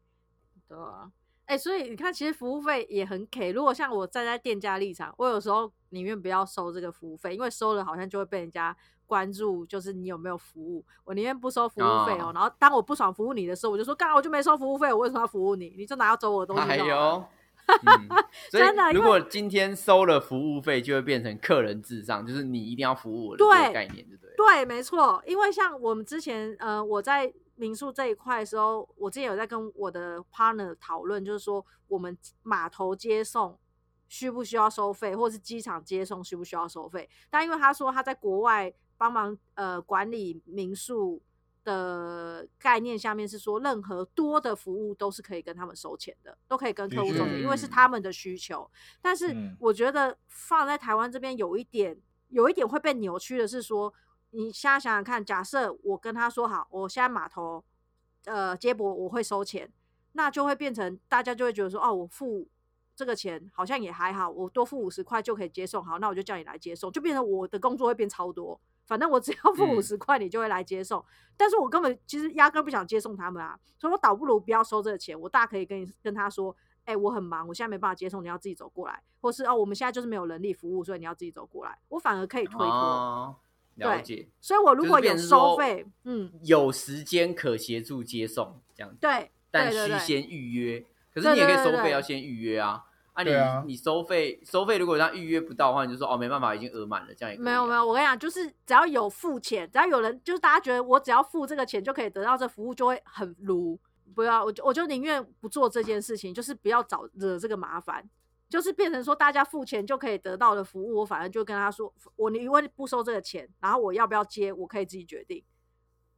[SPEAKER 2] 对啊，哎、所以你看，其实服务费也很给。如果像我站在店家立场，我有时候宁愿不要收这个服务费，因为收了好像就会被人家关注，就是你有没有服务。我宁愿不收服务费哦。
[SPEAKER 3] 啊
[SPEAKER 2] 然后当我不爽服务你的时候，我就说，干，我就没收服务费，我为什么要服务你？你就拿走我的东西
[SPEAKER 3] 还
[SPEAKER 2] 就好了。
[SPEAKER 3] 有，哎嗯，所
[SPEAKER 2] 真的
[SPEAKER 3] 以
[SPEAKER 2] 因
[SPEAKER 3] 如
[SPEAKER 2] 为
[SPEAKER 3] 果今天收了服务费，就会变成客人至上，就是你一定要服务我的这个
[SPEAKER 2] 对
[SPEAKER 3] 概念，对不对？
[SPEAKER 2] 对，没错，因为像我们之前，呃，我在民宿这一块的时候，我之前有在跟我的 partner 讨论，就是说我们码头接送需不需要收费，或是机场接送需不需要收费。但因为他说他在国外帮忙呃管理民宿的概念下面是说，任何多的服务都是可以跟他们收钱的，都可以跟客户收钱，因为是
[SPEAKER 3] 嗯
[SPEAKER 2] 他们的需求。但是
[SPEAKER 1] 嗯
[SPEAKER 2] 我觉得放在台湾这边有一点，有一点会被扭曲的是说，你现在想想看，假设我跟他说好，我现在码头呃接驳我会收钱，那就会变成大家就会觉得说，哦，我付这个钱好像也还好，我多付五十块就可以接送，好，那我就叫你来接送，就变成我的工作会变超多。反正我只要付
[SPEAKER 3] 嗯
[SPEAKER 2] 五十块，你就会来接送。但是我根本其实压根不想接送他们啊，所以我倒不如不要收这个钱，我大可以跟你跟他说，哎、我很忙，我现在没办法接送，你要自己走过来，或是哦，我们现在就是没有人力服务，所以你要自己走过来，我反而可以推脱。
[SPEAKER 3] 哦，了
[SPEAKER 2] 对
[SPEAKER 3] 解，
[SPEAKER 2] 所以我如
[SPEAKER 3] 就是
[SPEAKER 2] 果
[SPEAKER 3] 变
[SPEAKER 2] 有
[SPEAKER 3] 成
[SPEAKER 2] 收
[SPEAKER 3] 说
[SPEAKER 2] 费，嗯，
[SPEAKER 3] 有时间可协助接送这样子。
[SPEAKER 2] 对，
[SPEAKER 3] 但
[SPEAKER 2] 对
[SPEAKER 3] 需
[SPEAKER 2] 对对，
[SPEAKER 3] 先预约。可是
[SPEAKER 2] 对
[SPEAKER 3] 你也可以
[SPEAKER 2] 对对
[SPEAKER 3] 收费，
[SPEAKER 2] 对
[SPEAKER 3] 要先预约啊。啊你，
[SPEAKER 1] 对啊
[SPEAKER 3] 你收费收费，如果让预约不到的话，你就说哦，没办法，已经额满了，这样也可以、啊。
[SPEAKER 2] 没有没，有，我跟你讲，就是只要有付钱，只要有人，就是大家觉得我只要付这个钱就可以得到这服务，就会很撸。不要，我就我就宁愿不做这件事情，就是不要找惹这个麻烦，就是变成说大家付钱就可以得到的服务，我反正就跟他说，我你因为不收这个钱，然后我要不要接，我可以自己决定，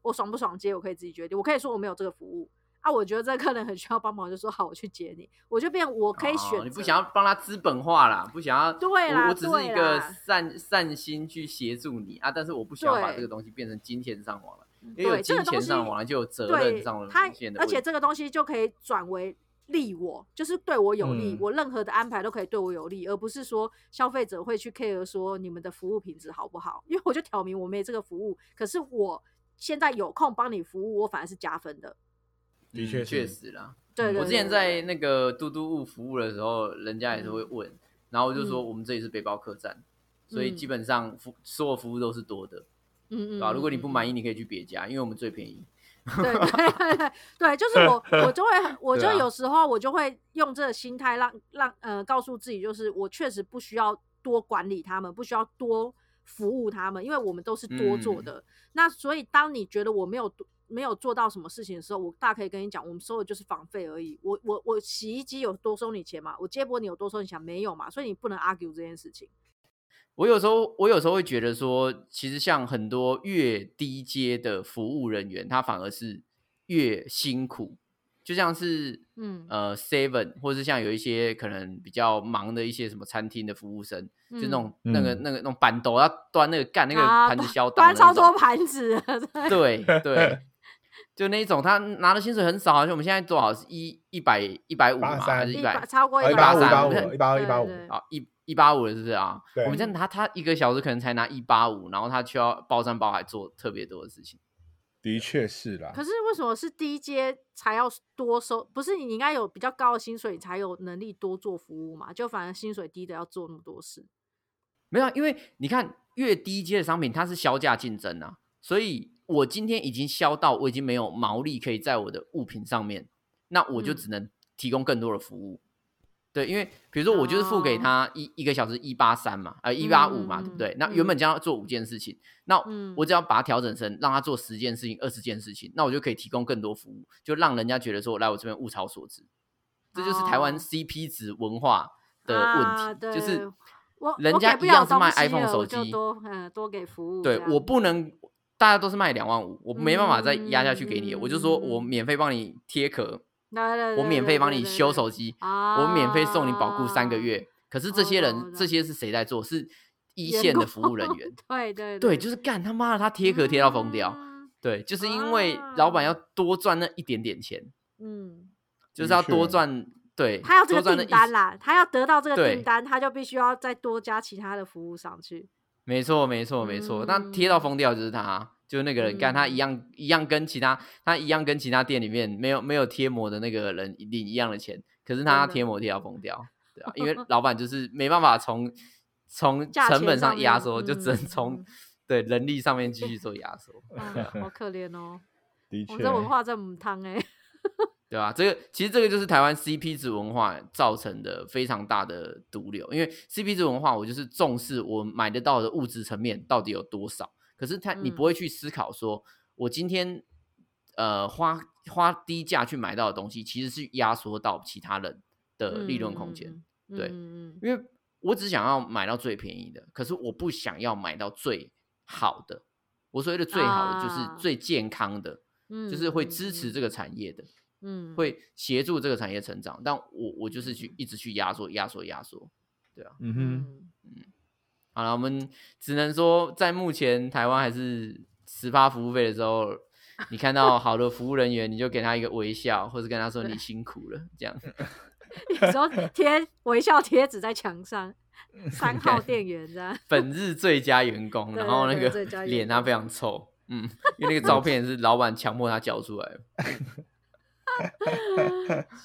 [SPEAKER 2] 我爽不爽接，我可以自己决定，我可以说我没有这个服务啊，我觉得这个客人很需要帮忙，我就说好，我去接你，我就变我可以选择、
[SPEAKER 3] 哦，你不想要帮他资本化啦，不想要。
[SPEAKER 2] 对
[SPEAKER 3] 我
[SPEAKER 2] 啦
[SPEAKER 3] 我只是一
[SPEAKER 2] 对
[SPEAKER 3] 个
[SPEAKER 2] 啦
[SPEAKER 3] 善善心去协助你啊，但是我不想要把
[SPEAKER 2] 对嗯
[SPEAKER 3] 这个东西变成金钱上网了，因为有
[SPEAKER 2] 对这
[SPEAKER 3] 金
[SPEAKER 2] 个东
[SPEAKER 3] 钱
[SPEAKER 2] 西
[SPEAKER 3] 上网了就有责任
[SPEAKER 2] 对
[SPEAKER 3] 上网
[SPEAKER 2] 他
[SPEAKER 3] 线，的
[SPEAKER 2] 而
[SPEAKER 3] 问
[SPEAKER 2] 且
[SPEAKER 3] 题
[SPEAKER 2] 这个东西就可以转为利我，就是对我有利，
[SPEAKER 1] 嗯
[SPEAKER 2] 我任何的安排都可以对我有利，而不是说消费者会去 care 说你们的服务品质好不好，因为我就挑明我没这个服务，可是我现在有空帮你服务，我反而是加分的。
[SPEAKER 1] 的确
[SPEAKER 3] 嗯
[SPEAKER 1] 是
[SPEAKER 3] 确实啦。
[SPEAKER 2] 对
[SPEAKER 3] 嗯
[SPEAKER 2] 对
[SPEAKER 3] 我之前
[SPEAKER 2] 对
[SPEAKER 3] 在那个嘟嘟屋服务的时候，人家也是会问，然后我就说
[SPEAKER 2] 嗯
[SPEAKER 3] 我们这里是背包客栈，所以
[SPEAKER 2] 嗯
[SPEAKER 3] 基本上服所有服务都是多的，
[SPEAKER 2] 嗯嗯
[SPEAKER 3] 对吧、
[SPEAKER 2] 嗯
[SPEAKER 3] 如果你不满
[SPEAKER 2] 意，
[SPEAKER 3] 意，你可以去别家，因为我们最便宜。
[SPEAKER 2] 对对对对，就是我我就会我就
[SPEAKER 3] 对啊
[SPEAKER 2] 有时候我就会用这个心态让让呃告诉自己，就是我确实不需要多管理他们，不需要多服务他们，因为我们都是多做
[SPEAKER 3] 嗯
[SPEAKER 2] 的。那所以当你觉得我没有多没有做到什么事情的时候，我大可以跟你讲，我们收的就是房费而已。我我我洗衣机有多收你钱嘛？我接驳你有多收你钱没有嘛？所以你不能 argue 这件事情。
[SPEAKER 3] 我有时候我有时候会觉得说，其实像很多越低阶的服务人员，他反而是越辛苦，就像是
[SPEAKER 2] 嗯，
[SPEAKER 3] 呃 Seven，或是像有一些可能比较忙的一些什么餐厅的服务生，就那种、那个
[SPEAKER 1] 嗯
[SPEAKER 3] 那个那种板豆要端那个干那个
[SPEAKER 2] 啊
[SPEAKER 3] 盘子削档
[SPEAKER 2] 端
[SPEAKER 3] 的那
[SPEAKER 2] 超
[SPEAKER 3] 种
[SPEAKER 2] 多盘子 的，
[SPEAKER 3] 对对，就那一种，他拿的薪水很少，而且我们现在多少是一一百一百五嘛，
[SPEAKER 1] 83
[SPEAKER 3] 还是
[SPEAKER 2] 一
[SPEAKER 3] 一
[SPEAKER 2] 百
[SPEAKER 3] 百
[SPEAKER 2] 超过
[SPEAKER 1] 一八
[SPEAKER 2] 百
[SPEAKER 3] 185
[SPEAKER 1] 五，一八五，
[SPEAKER 3] 185
[SPEAKER 1] 一八二，一八五，
[SPEAKER 2] 对对
[SPEAKER 3] 啊一一八五了，是不是啊？
[SPEAKER 1] 对
[SPEAKER 3] 我们这样他他一个小时可能才拿一八五，然后他却要包山包海做特别多的事情。
[SPEAKER 1] 的确是啦
[SPEAKER 3] 啊
[SPEAKER 2] 可。是为什么是低阶才要多收？不是你应该有比较高的薪水，你才有能力多做服务嘛？就反而薪水低的要做那么多事。
[SPEAKER 3] 没有啊，因为你看越低阶的商品，它是销价竞争啊，所以我今天已经销到我已经没有毛利可以在我的物品上面，那我就
[SPEAKER 2] 嗯
[SPEAKER 3] 只能提供更多的服务。对，因为比如说我就是付给
[SPEAKER 2] 哦
[SPEAKER 3] 他一、一个小时一八三嘛，呃一八五嘛，
[SPEAKER 2] 嗯
[SPEAKER 3] 对不
[SPEAKER 2] 嗯
[SPEAKER 3] 对？那原本将要做五件事情，那
[SPEAKER 2] 嗯
[SPEAKER 3] 我只要把它调整成让他做十件事情、二十件事情，那我就可以提供更多服务，就让人家觉得说来我这边物超所值。这就是台湾
[SPEAKER 2] 哦
[SPEAKER 3] CP 值文化的
[SPEAKER 2] 啊
[SPEAKER 3] 问题，就
[SPEAKER 2] 对
[SPEAKER 3] 是
[SPEAKER 2] 我
[SPEAKER 3] 人
[SPEAKER 2] 我
[SPEAKER 3] 家
[SPEAKER 2] 给不
[SPEAKER 3] 一样
[SPEAKER 2] 了
[SPEAKER 3] 是卖
[SPEAKER 2] 东西
[SPEAKER 3] iPhone
[SPEAKER 2] 了
[SPEAKER 3] 手
[SPEAKER 2] 我就
[SPEAKER 3] 机
[SPEAKER 2] 多嗯多给服务这
[SPEAKER 3] 对
[SPEAKER 2] 样。
[SPEAKER 3] 我不能，大家都是卖两万五，我没办法再压下去给你，
[SPEAKER 2] 嗯
[SPEAKER 3] 我就说我
[SPEAKER 2] 嗯
[SPEAKER 3] 免费帮你贴壳，
[SPEAKER 2] 来来
[SPEAKER 3] 我免费帮你修手
[SPEAKER 2] 机，
[SPEAKER 3] 机，
[SPEAKER 2] 啊
[SPEAKER 3] 我免费送你保固三个月。。可是这些
[SPEAKER 2] 哦我懂
[SPEAKER 3] 人
[SPEAKER 2] 我，
[SPEAKER 3] 这些是谁在做？ 是一
[SPEAKER 2] 员
[SPEAKER 3] 线的
[SPEAKER 2] 工。
[SPEAKER 3] 服务人员
[SPEAKER 2] 对对
[SPEAKER 3] 对，就是干他妈的，他贴壳贴到疯掉。
[SPEAKER 2] 嗯
[SPEAKER 3] 对，就是因为老
[SPEAKER 2] 啊
[SPEAKER 3] 板要多赚那一点点钱，
[SPEAKER 2] 嗯，
[SPEAKER 3] 就是
[SPEAKER 1] 的
[SPEAKER 3] 要多
[SPEAKER 1] 确
[SPEAKER 3] 赚。对，
[SPEAKER 2] 他要这
[SPEAKER 3] 多
[SPEAKER 2] 个
[SPEAKER 3] 赚那
[SPEAKER 2] 订
[SPEAKER 3] 一
[SPEAKER 2] 单啦，他要得到这个
[SPEAKER 3] 对
[SPEAKER 2] 订单，他就必须要再多加其他的服务 上去。
[SPEAKER 3] 没错，没错，没错。那贴到疯掉就是他，就是那个人，干他一
[SPEAKER 2] 嗯
[SPEAKER 3] 样一样跟其他他一样跟其他店里面没有没有贴膜的那个人领一样的钱，可是他
[SPEAKER 2] 真的
[SPEAKER 3] 贴膜贴到疯掉，对 啊，因为老板就是没办法从从
[SPEAKER 2] 价
[SPEAKER 3] 成
[SPEAKER 2] 钱
[SPEAKER 3] 本
[SPEAKER 2] 上
[SPEAKER 3] 上压
[SPEAKER 2] 面
[SPEAKER 3] 缩，就只能
[SPEAKER 2] 嗯
[SPEAKER 3] 从、
[SPEAKER 2] 嗯
[SPEAKER 3] 对人力上面继续做压缩，
[SPEAKER 2] 啊好可怜 哦，
[SPEAKER 1] 的
[SPEAKER 2] 我
[SPEAKER 1] 确
[SPEAKER 2] 们，这文化真母汤哎。
[SPEAKER 3] 对吧、这个其实这个就是台湾 CP 值文化造成的非常大的毒瘤，因为 CP 值文化，我就是重视我买得到的物质层面到底有多少，可是他你
[SPEAKER 2] 嗯
[SPEAKER 3] 不会去思考说，我今天呃花花低价去买到的东西，其实是压缩到其他人的利润空间，
[SPEAKER 2] 嗯。
[SPEAKER 3] 对
[SPEAKER 2] 嗯嗯嗯
[SPEAKER 3] 因为我只想要买到最便宜的，可是我不想要买到最好的。我所谓的最好的就是
[SPEAKER 2] 啊
[SPEAKER 3] 最健康的，
[SPEAKER 2] 嗯
[SPEAKER 3] 就是会支持这个产业的。
[SPEAKER 2] 嗯，嗯，
[SPEAKER 3] 会协助这个产业成长，但我我就是去一直去压缩、压缩、压缩。
[SPEAKER 1] 嗯哼，
[SPEAKER 2] 嗯
[SPEAKER 3] 好了，我们只能说，在目前台湾还是十八服务费的时候，你看到好的服务人员，你就给他一个微笑，或者跟他说你辛苦了，这 样。
[SPEAKER 2] 有时候贴微笑贴纸在 墙上，三号店员这样。
[SPEAKER 3] 本日最佳员工，
[SPEAKER 2] 对
[SPEAKER 3] 然后那
[SPEAKER 2] 对对
[SPEAKER 3] 个
[SPEAKER 2] 最佳员
[SPEAKER 3] 脸他
[SPEAKER 2] 工
[SPEAKER 3] 非常臭，嗯，因为那个照片是老板强迫他交出来的。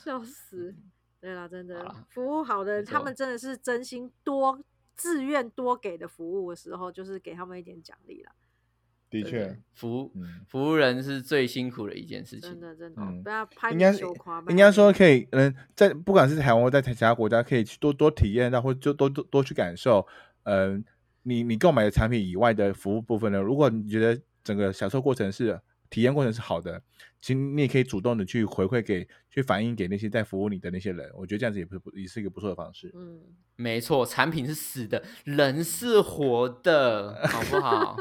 [SPEAKER 2] 笑死！对啦，
[SPEAKER 3] 好
[SPEAKER 2] 真的
[SPEAKER 3] 啦，
[SPEAKER 2] 服务好的人，
[SPEAKER 3] 没
[SPEAKER 2] 他们
[SPEAKER 3] 错
[SPEAKER 2] 真的是真心多自愿多给的服务的时候，就是给他们一点奖励啦。
[SPEAKER 1] 的
[SPEAKER 3] 对
[SPEAKER 1] 确，，
[SPEAKER 3] 服务
[SPEAKER 1] 嗯，
[SPEAKER 3] 服务人是最辛苦的一件事
[SPEAKER 2] 真
[SPEAKER 3] 情。
[SPEAKER 2] 的，真的
[SPEAKER 1] 嗯，
[SPEAKER 2] 不要拍
[SPEAKER 1] 应
[SPEAKER 2] 别
[SPEAKER 1] 该
[SPEAKER 2] 人
[SPEAKER 1] 是
[SPEAKER 2] 羞夸。
[SPEAKER 1] 应该说可以，嗯，在不管是台湾或在其他国家，可以去多多体验到，或就多多多去感受，嗯，你你购买的产品以外的服务部分呢，如果你觉得整个享受过程是体验过程是好的，其实你也可以主动的去回馈给，去反映给那些在服务你的那些人，我觉得这样子也不也是一个不错的 方式。
[SPEAKER 2] 嗯，
[SPEAKER 3] 没错，产品是死的，人是活的，好不好？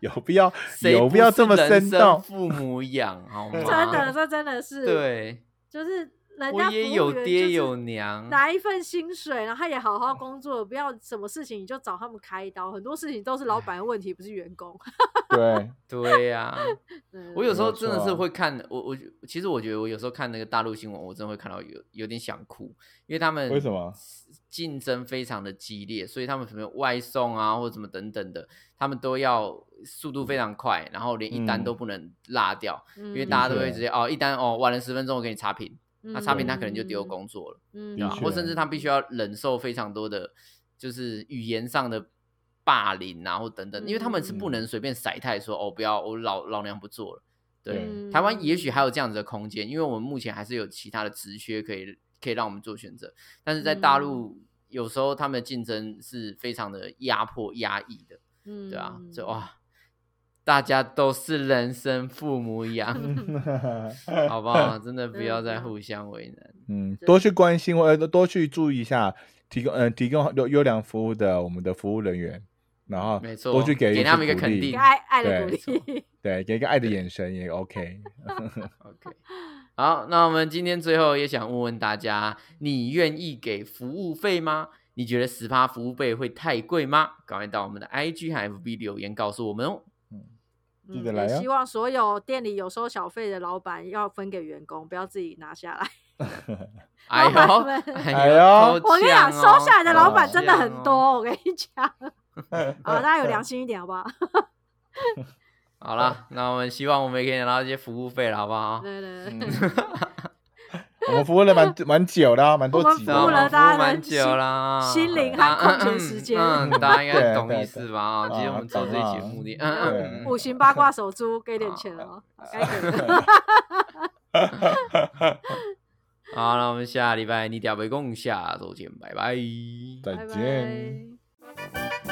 [SPEAKER 1] 有必要
[SPEAKER 3] 谁
[SPEAKER 1] 有
[SPEAKER 3] 不
[SPEAKER 1] 必要
[SPEAKER 3] 是
[SPEAKER 1] 这么
[SPEAKER 3] 人
[SPEAKER 1] 生动？
[SPEAKER 3] 父母养，好吗？
[SPEAKER 1] 真
[SPEAKER 2] 嗯真的，这真的是，，
[SPEAKER 3] 对，
[SPEAKER 2] 就是人家
[SPEAKER 3] 我
[SPEAKER 2] 服
[SPEAKER 3] 也
[SPEAKER 2] 务
[SPEAKER 3] 有
[SPEAKER 2] 员
[SPEAKER 3] 爹
[SPEAKER 2] 就是
[SPEAKER 3] 有娘，
[SPEAKER 2] 拿一份薪水，然后也好
[SPEAKER 3] 嗯
[SPEAKER 2] 好工作，不要什么事情你就找他们开刀，很多事情都是老板的问题，不是员工。
[SPEAKER 1] 对，
[SPEAKER 3] 对呀、
[SPEAKER 2] 嗯
[SPEAKER 3] 我有时候
[SPEAKER 1] 没有
[SPEAKER 3] 真的是
[SPEAKER 1] 错
[SPEAKER 3] 会看，我我其实我觉得我有时候看那个大陆新闻，我真的会看到有有点想哭，因为他们
[SPEAKER 1] 为什么
[SPEAKER 3] 竞争非常的激烈，所以他们什么外送啊或者什么等等的，他们都要速度非常快，然后连一单
[SPEAKER 1] 嗯
[SPEAKER 3] 都不能落掉，
[SPEAKER 2] 因
[SPEAKER 3] 因为大家都
[SPEAKER 1] 的
[SPEAKER 3] 会
[SPEAKER 1] 确
[SPEAKER 3] 直接哦一单哦晚了十分钟我给你差评，那差评他可能就丢
[SPEAKER 2] 嗯，
[SPEAKER 3] 工作了，
[SPEAKER 2] 嗯
[SPEAKER 3] 对吧？啊
[SPEAKER 1] 的确啊
[SPEAKER 3] 或甚至他必须要忍受非常多的就是语言上的。霸凌啊，或等等，因为他们是不
[SPEAKER 1] 嗯
[SPEAKER 3] 能随便甩态说哦，不要，我老老娘不做了。对，
[SPEAKER 2] 嗯
[SPEAKER 1] 对
[SPEAKER 3] 台湾也许还有这样子的空间，因为我们目前还是有其他的职缺可以可以让我们做选择，但是在大陆
[SPEAKER 1] 嗯
[SPEAKER 3] 有时候他们的竞争是非常的压迫压抑的，
[SPEAKER 2] 嗯，
[SPEAKER 3] 对啊，
[SPEAKER 2] 嗯
[SPEAKER 3] 就哇，大家都是人生父母养，
[SPEAKER 1] 嗯
[SPEAKER 3] 好不好？真的不要再互相为难。
[SPEAKER 1] 嗯，
[SPEAKER 2] 对
[SPEAKER 1] 多去关心或者多去注意一下提供嗯、呃提供优优良服务的我们的服务人员，然后
[SPEAKER 3] 没错
[SPEAKER 1] 多去
[SPEAKER 3] 给
[SPEAKER 1] 给一些
[SPEAKER 3] 他们一个
[SPEAKER 1] 鼓
[SPEAKER 3] 肯
[SPEAKER 1] 励
[SPEAKER 2] 给
[SPEAKER 3] 定
[SPEAKER 2] 爱爱的
[SPEAKER 1] 对
[SPEAKER 2] 鼓励，
[SPEAKER 1] 对，给一个爱的眼神 也 OK。
[SPEAKER 3] OK，好，那我们今天最后也想问问大家，你愿意给服务费吗？你觉得十趴服务费会太贵吗？赶快到我们的 IG 和 FB 留言告诉我们哦。
[SPEAKER 1] 记
[SPEAKER 2] 嗯
[SPEAKER 1] 得
[SPEAKER 2] 也
[SPEAKER 1] 来啊
[SPEAKER 2] 希望所有店里有收小费的老板要分给员工，不要自己拿下来。
[SPEAKER 3] 哎呦，
[SPEAKER 2] 老板们
[SPEAKER 3] 哎
[SPEAKER 1] 哎呦
[SPEAKER 3] 偷
[SPEAKER 2] 我跟你讲，
[SPEAKER 3] 抢
[SPEAKER 2] 收
[SPEAKER 3] 哦
[SPEAKER 2] 下来的老板真的
[SPEAKER 3] 偷
[SPEAKER 2] 很
[SPEAKER 3] 抢
[SPEAKER 2] 多，
[SPEAKER 3] 哦
[SPEAKER 2] 我跟你讲。 啊，大家有良心一点好不 好？
[SPEAKER 3] 好啦，那我们希望我们也可以拿到一些服务费了，好不好？
[SPEAKER 2] 对对 对，
[SPEAKER 1] 嗯我们服务了蛮蛮久的啊，蛮多
[SPEAKER 2] 我们
[SPEAKER 1] 集
[SPEAKER 2] 服
[SPEAKER 1] 的
[SPEAKER 2] 务了
[SPEAKER 1] 啊。
[SPEAKER 2] 大家
[SPEAKER 3] 蛮
[SPEAKER 2] 的
[SPEAKER 3] 久了啊，
[SPEAKER 2] 心心灵和
[SPEAKER 3] 啊
[SPEAKER 2] 空闲时间
[SPEAKER 3] 嗯，嗯大家应该
[SPEAKER 1] 对
[SPEAKER 3] 懂
[SPEAKER 1] 对
[SPEAKER 3] 意思吧？啊，
[SPEAKER 1] 对
[SPEAKER 3] 其实我们做这一
[SPEAKER 1] 啊
[SPEAKER 3] 节
[SPEAKER 1] 懂啊
[SPEAKER 3] 目的，嗯嗯嗯
[SPEAKER 2] 五
[SPEAKER 3] 嗯，
[SPEAKER 2] 行八卦手珠，给点钱哦，该给的。
[SPEAKER 3] 好，那我们下礼拜你屌北共下周见，拜拜。
[SPEAKER 1] 再
[SPEAKER 2] 拜
[SPEAKER 1] 见。
[SPEAKER 2] 拜。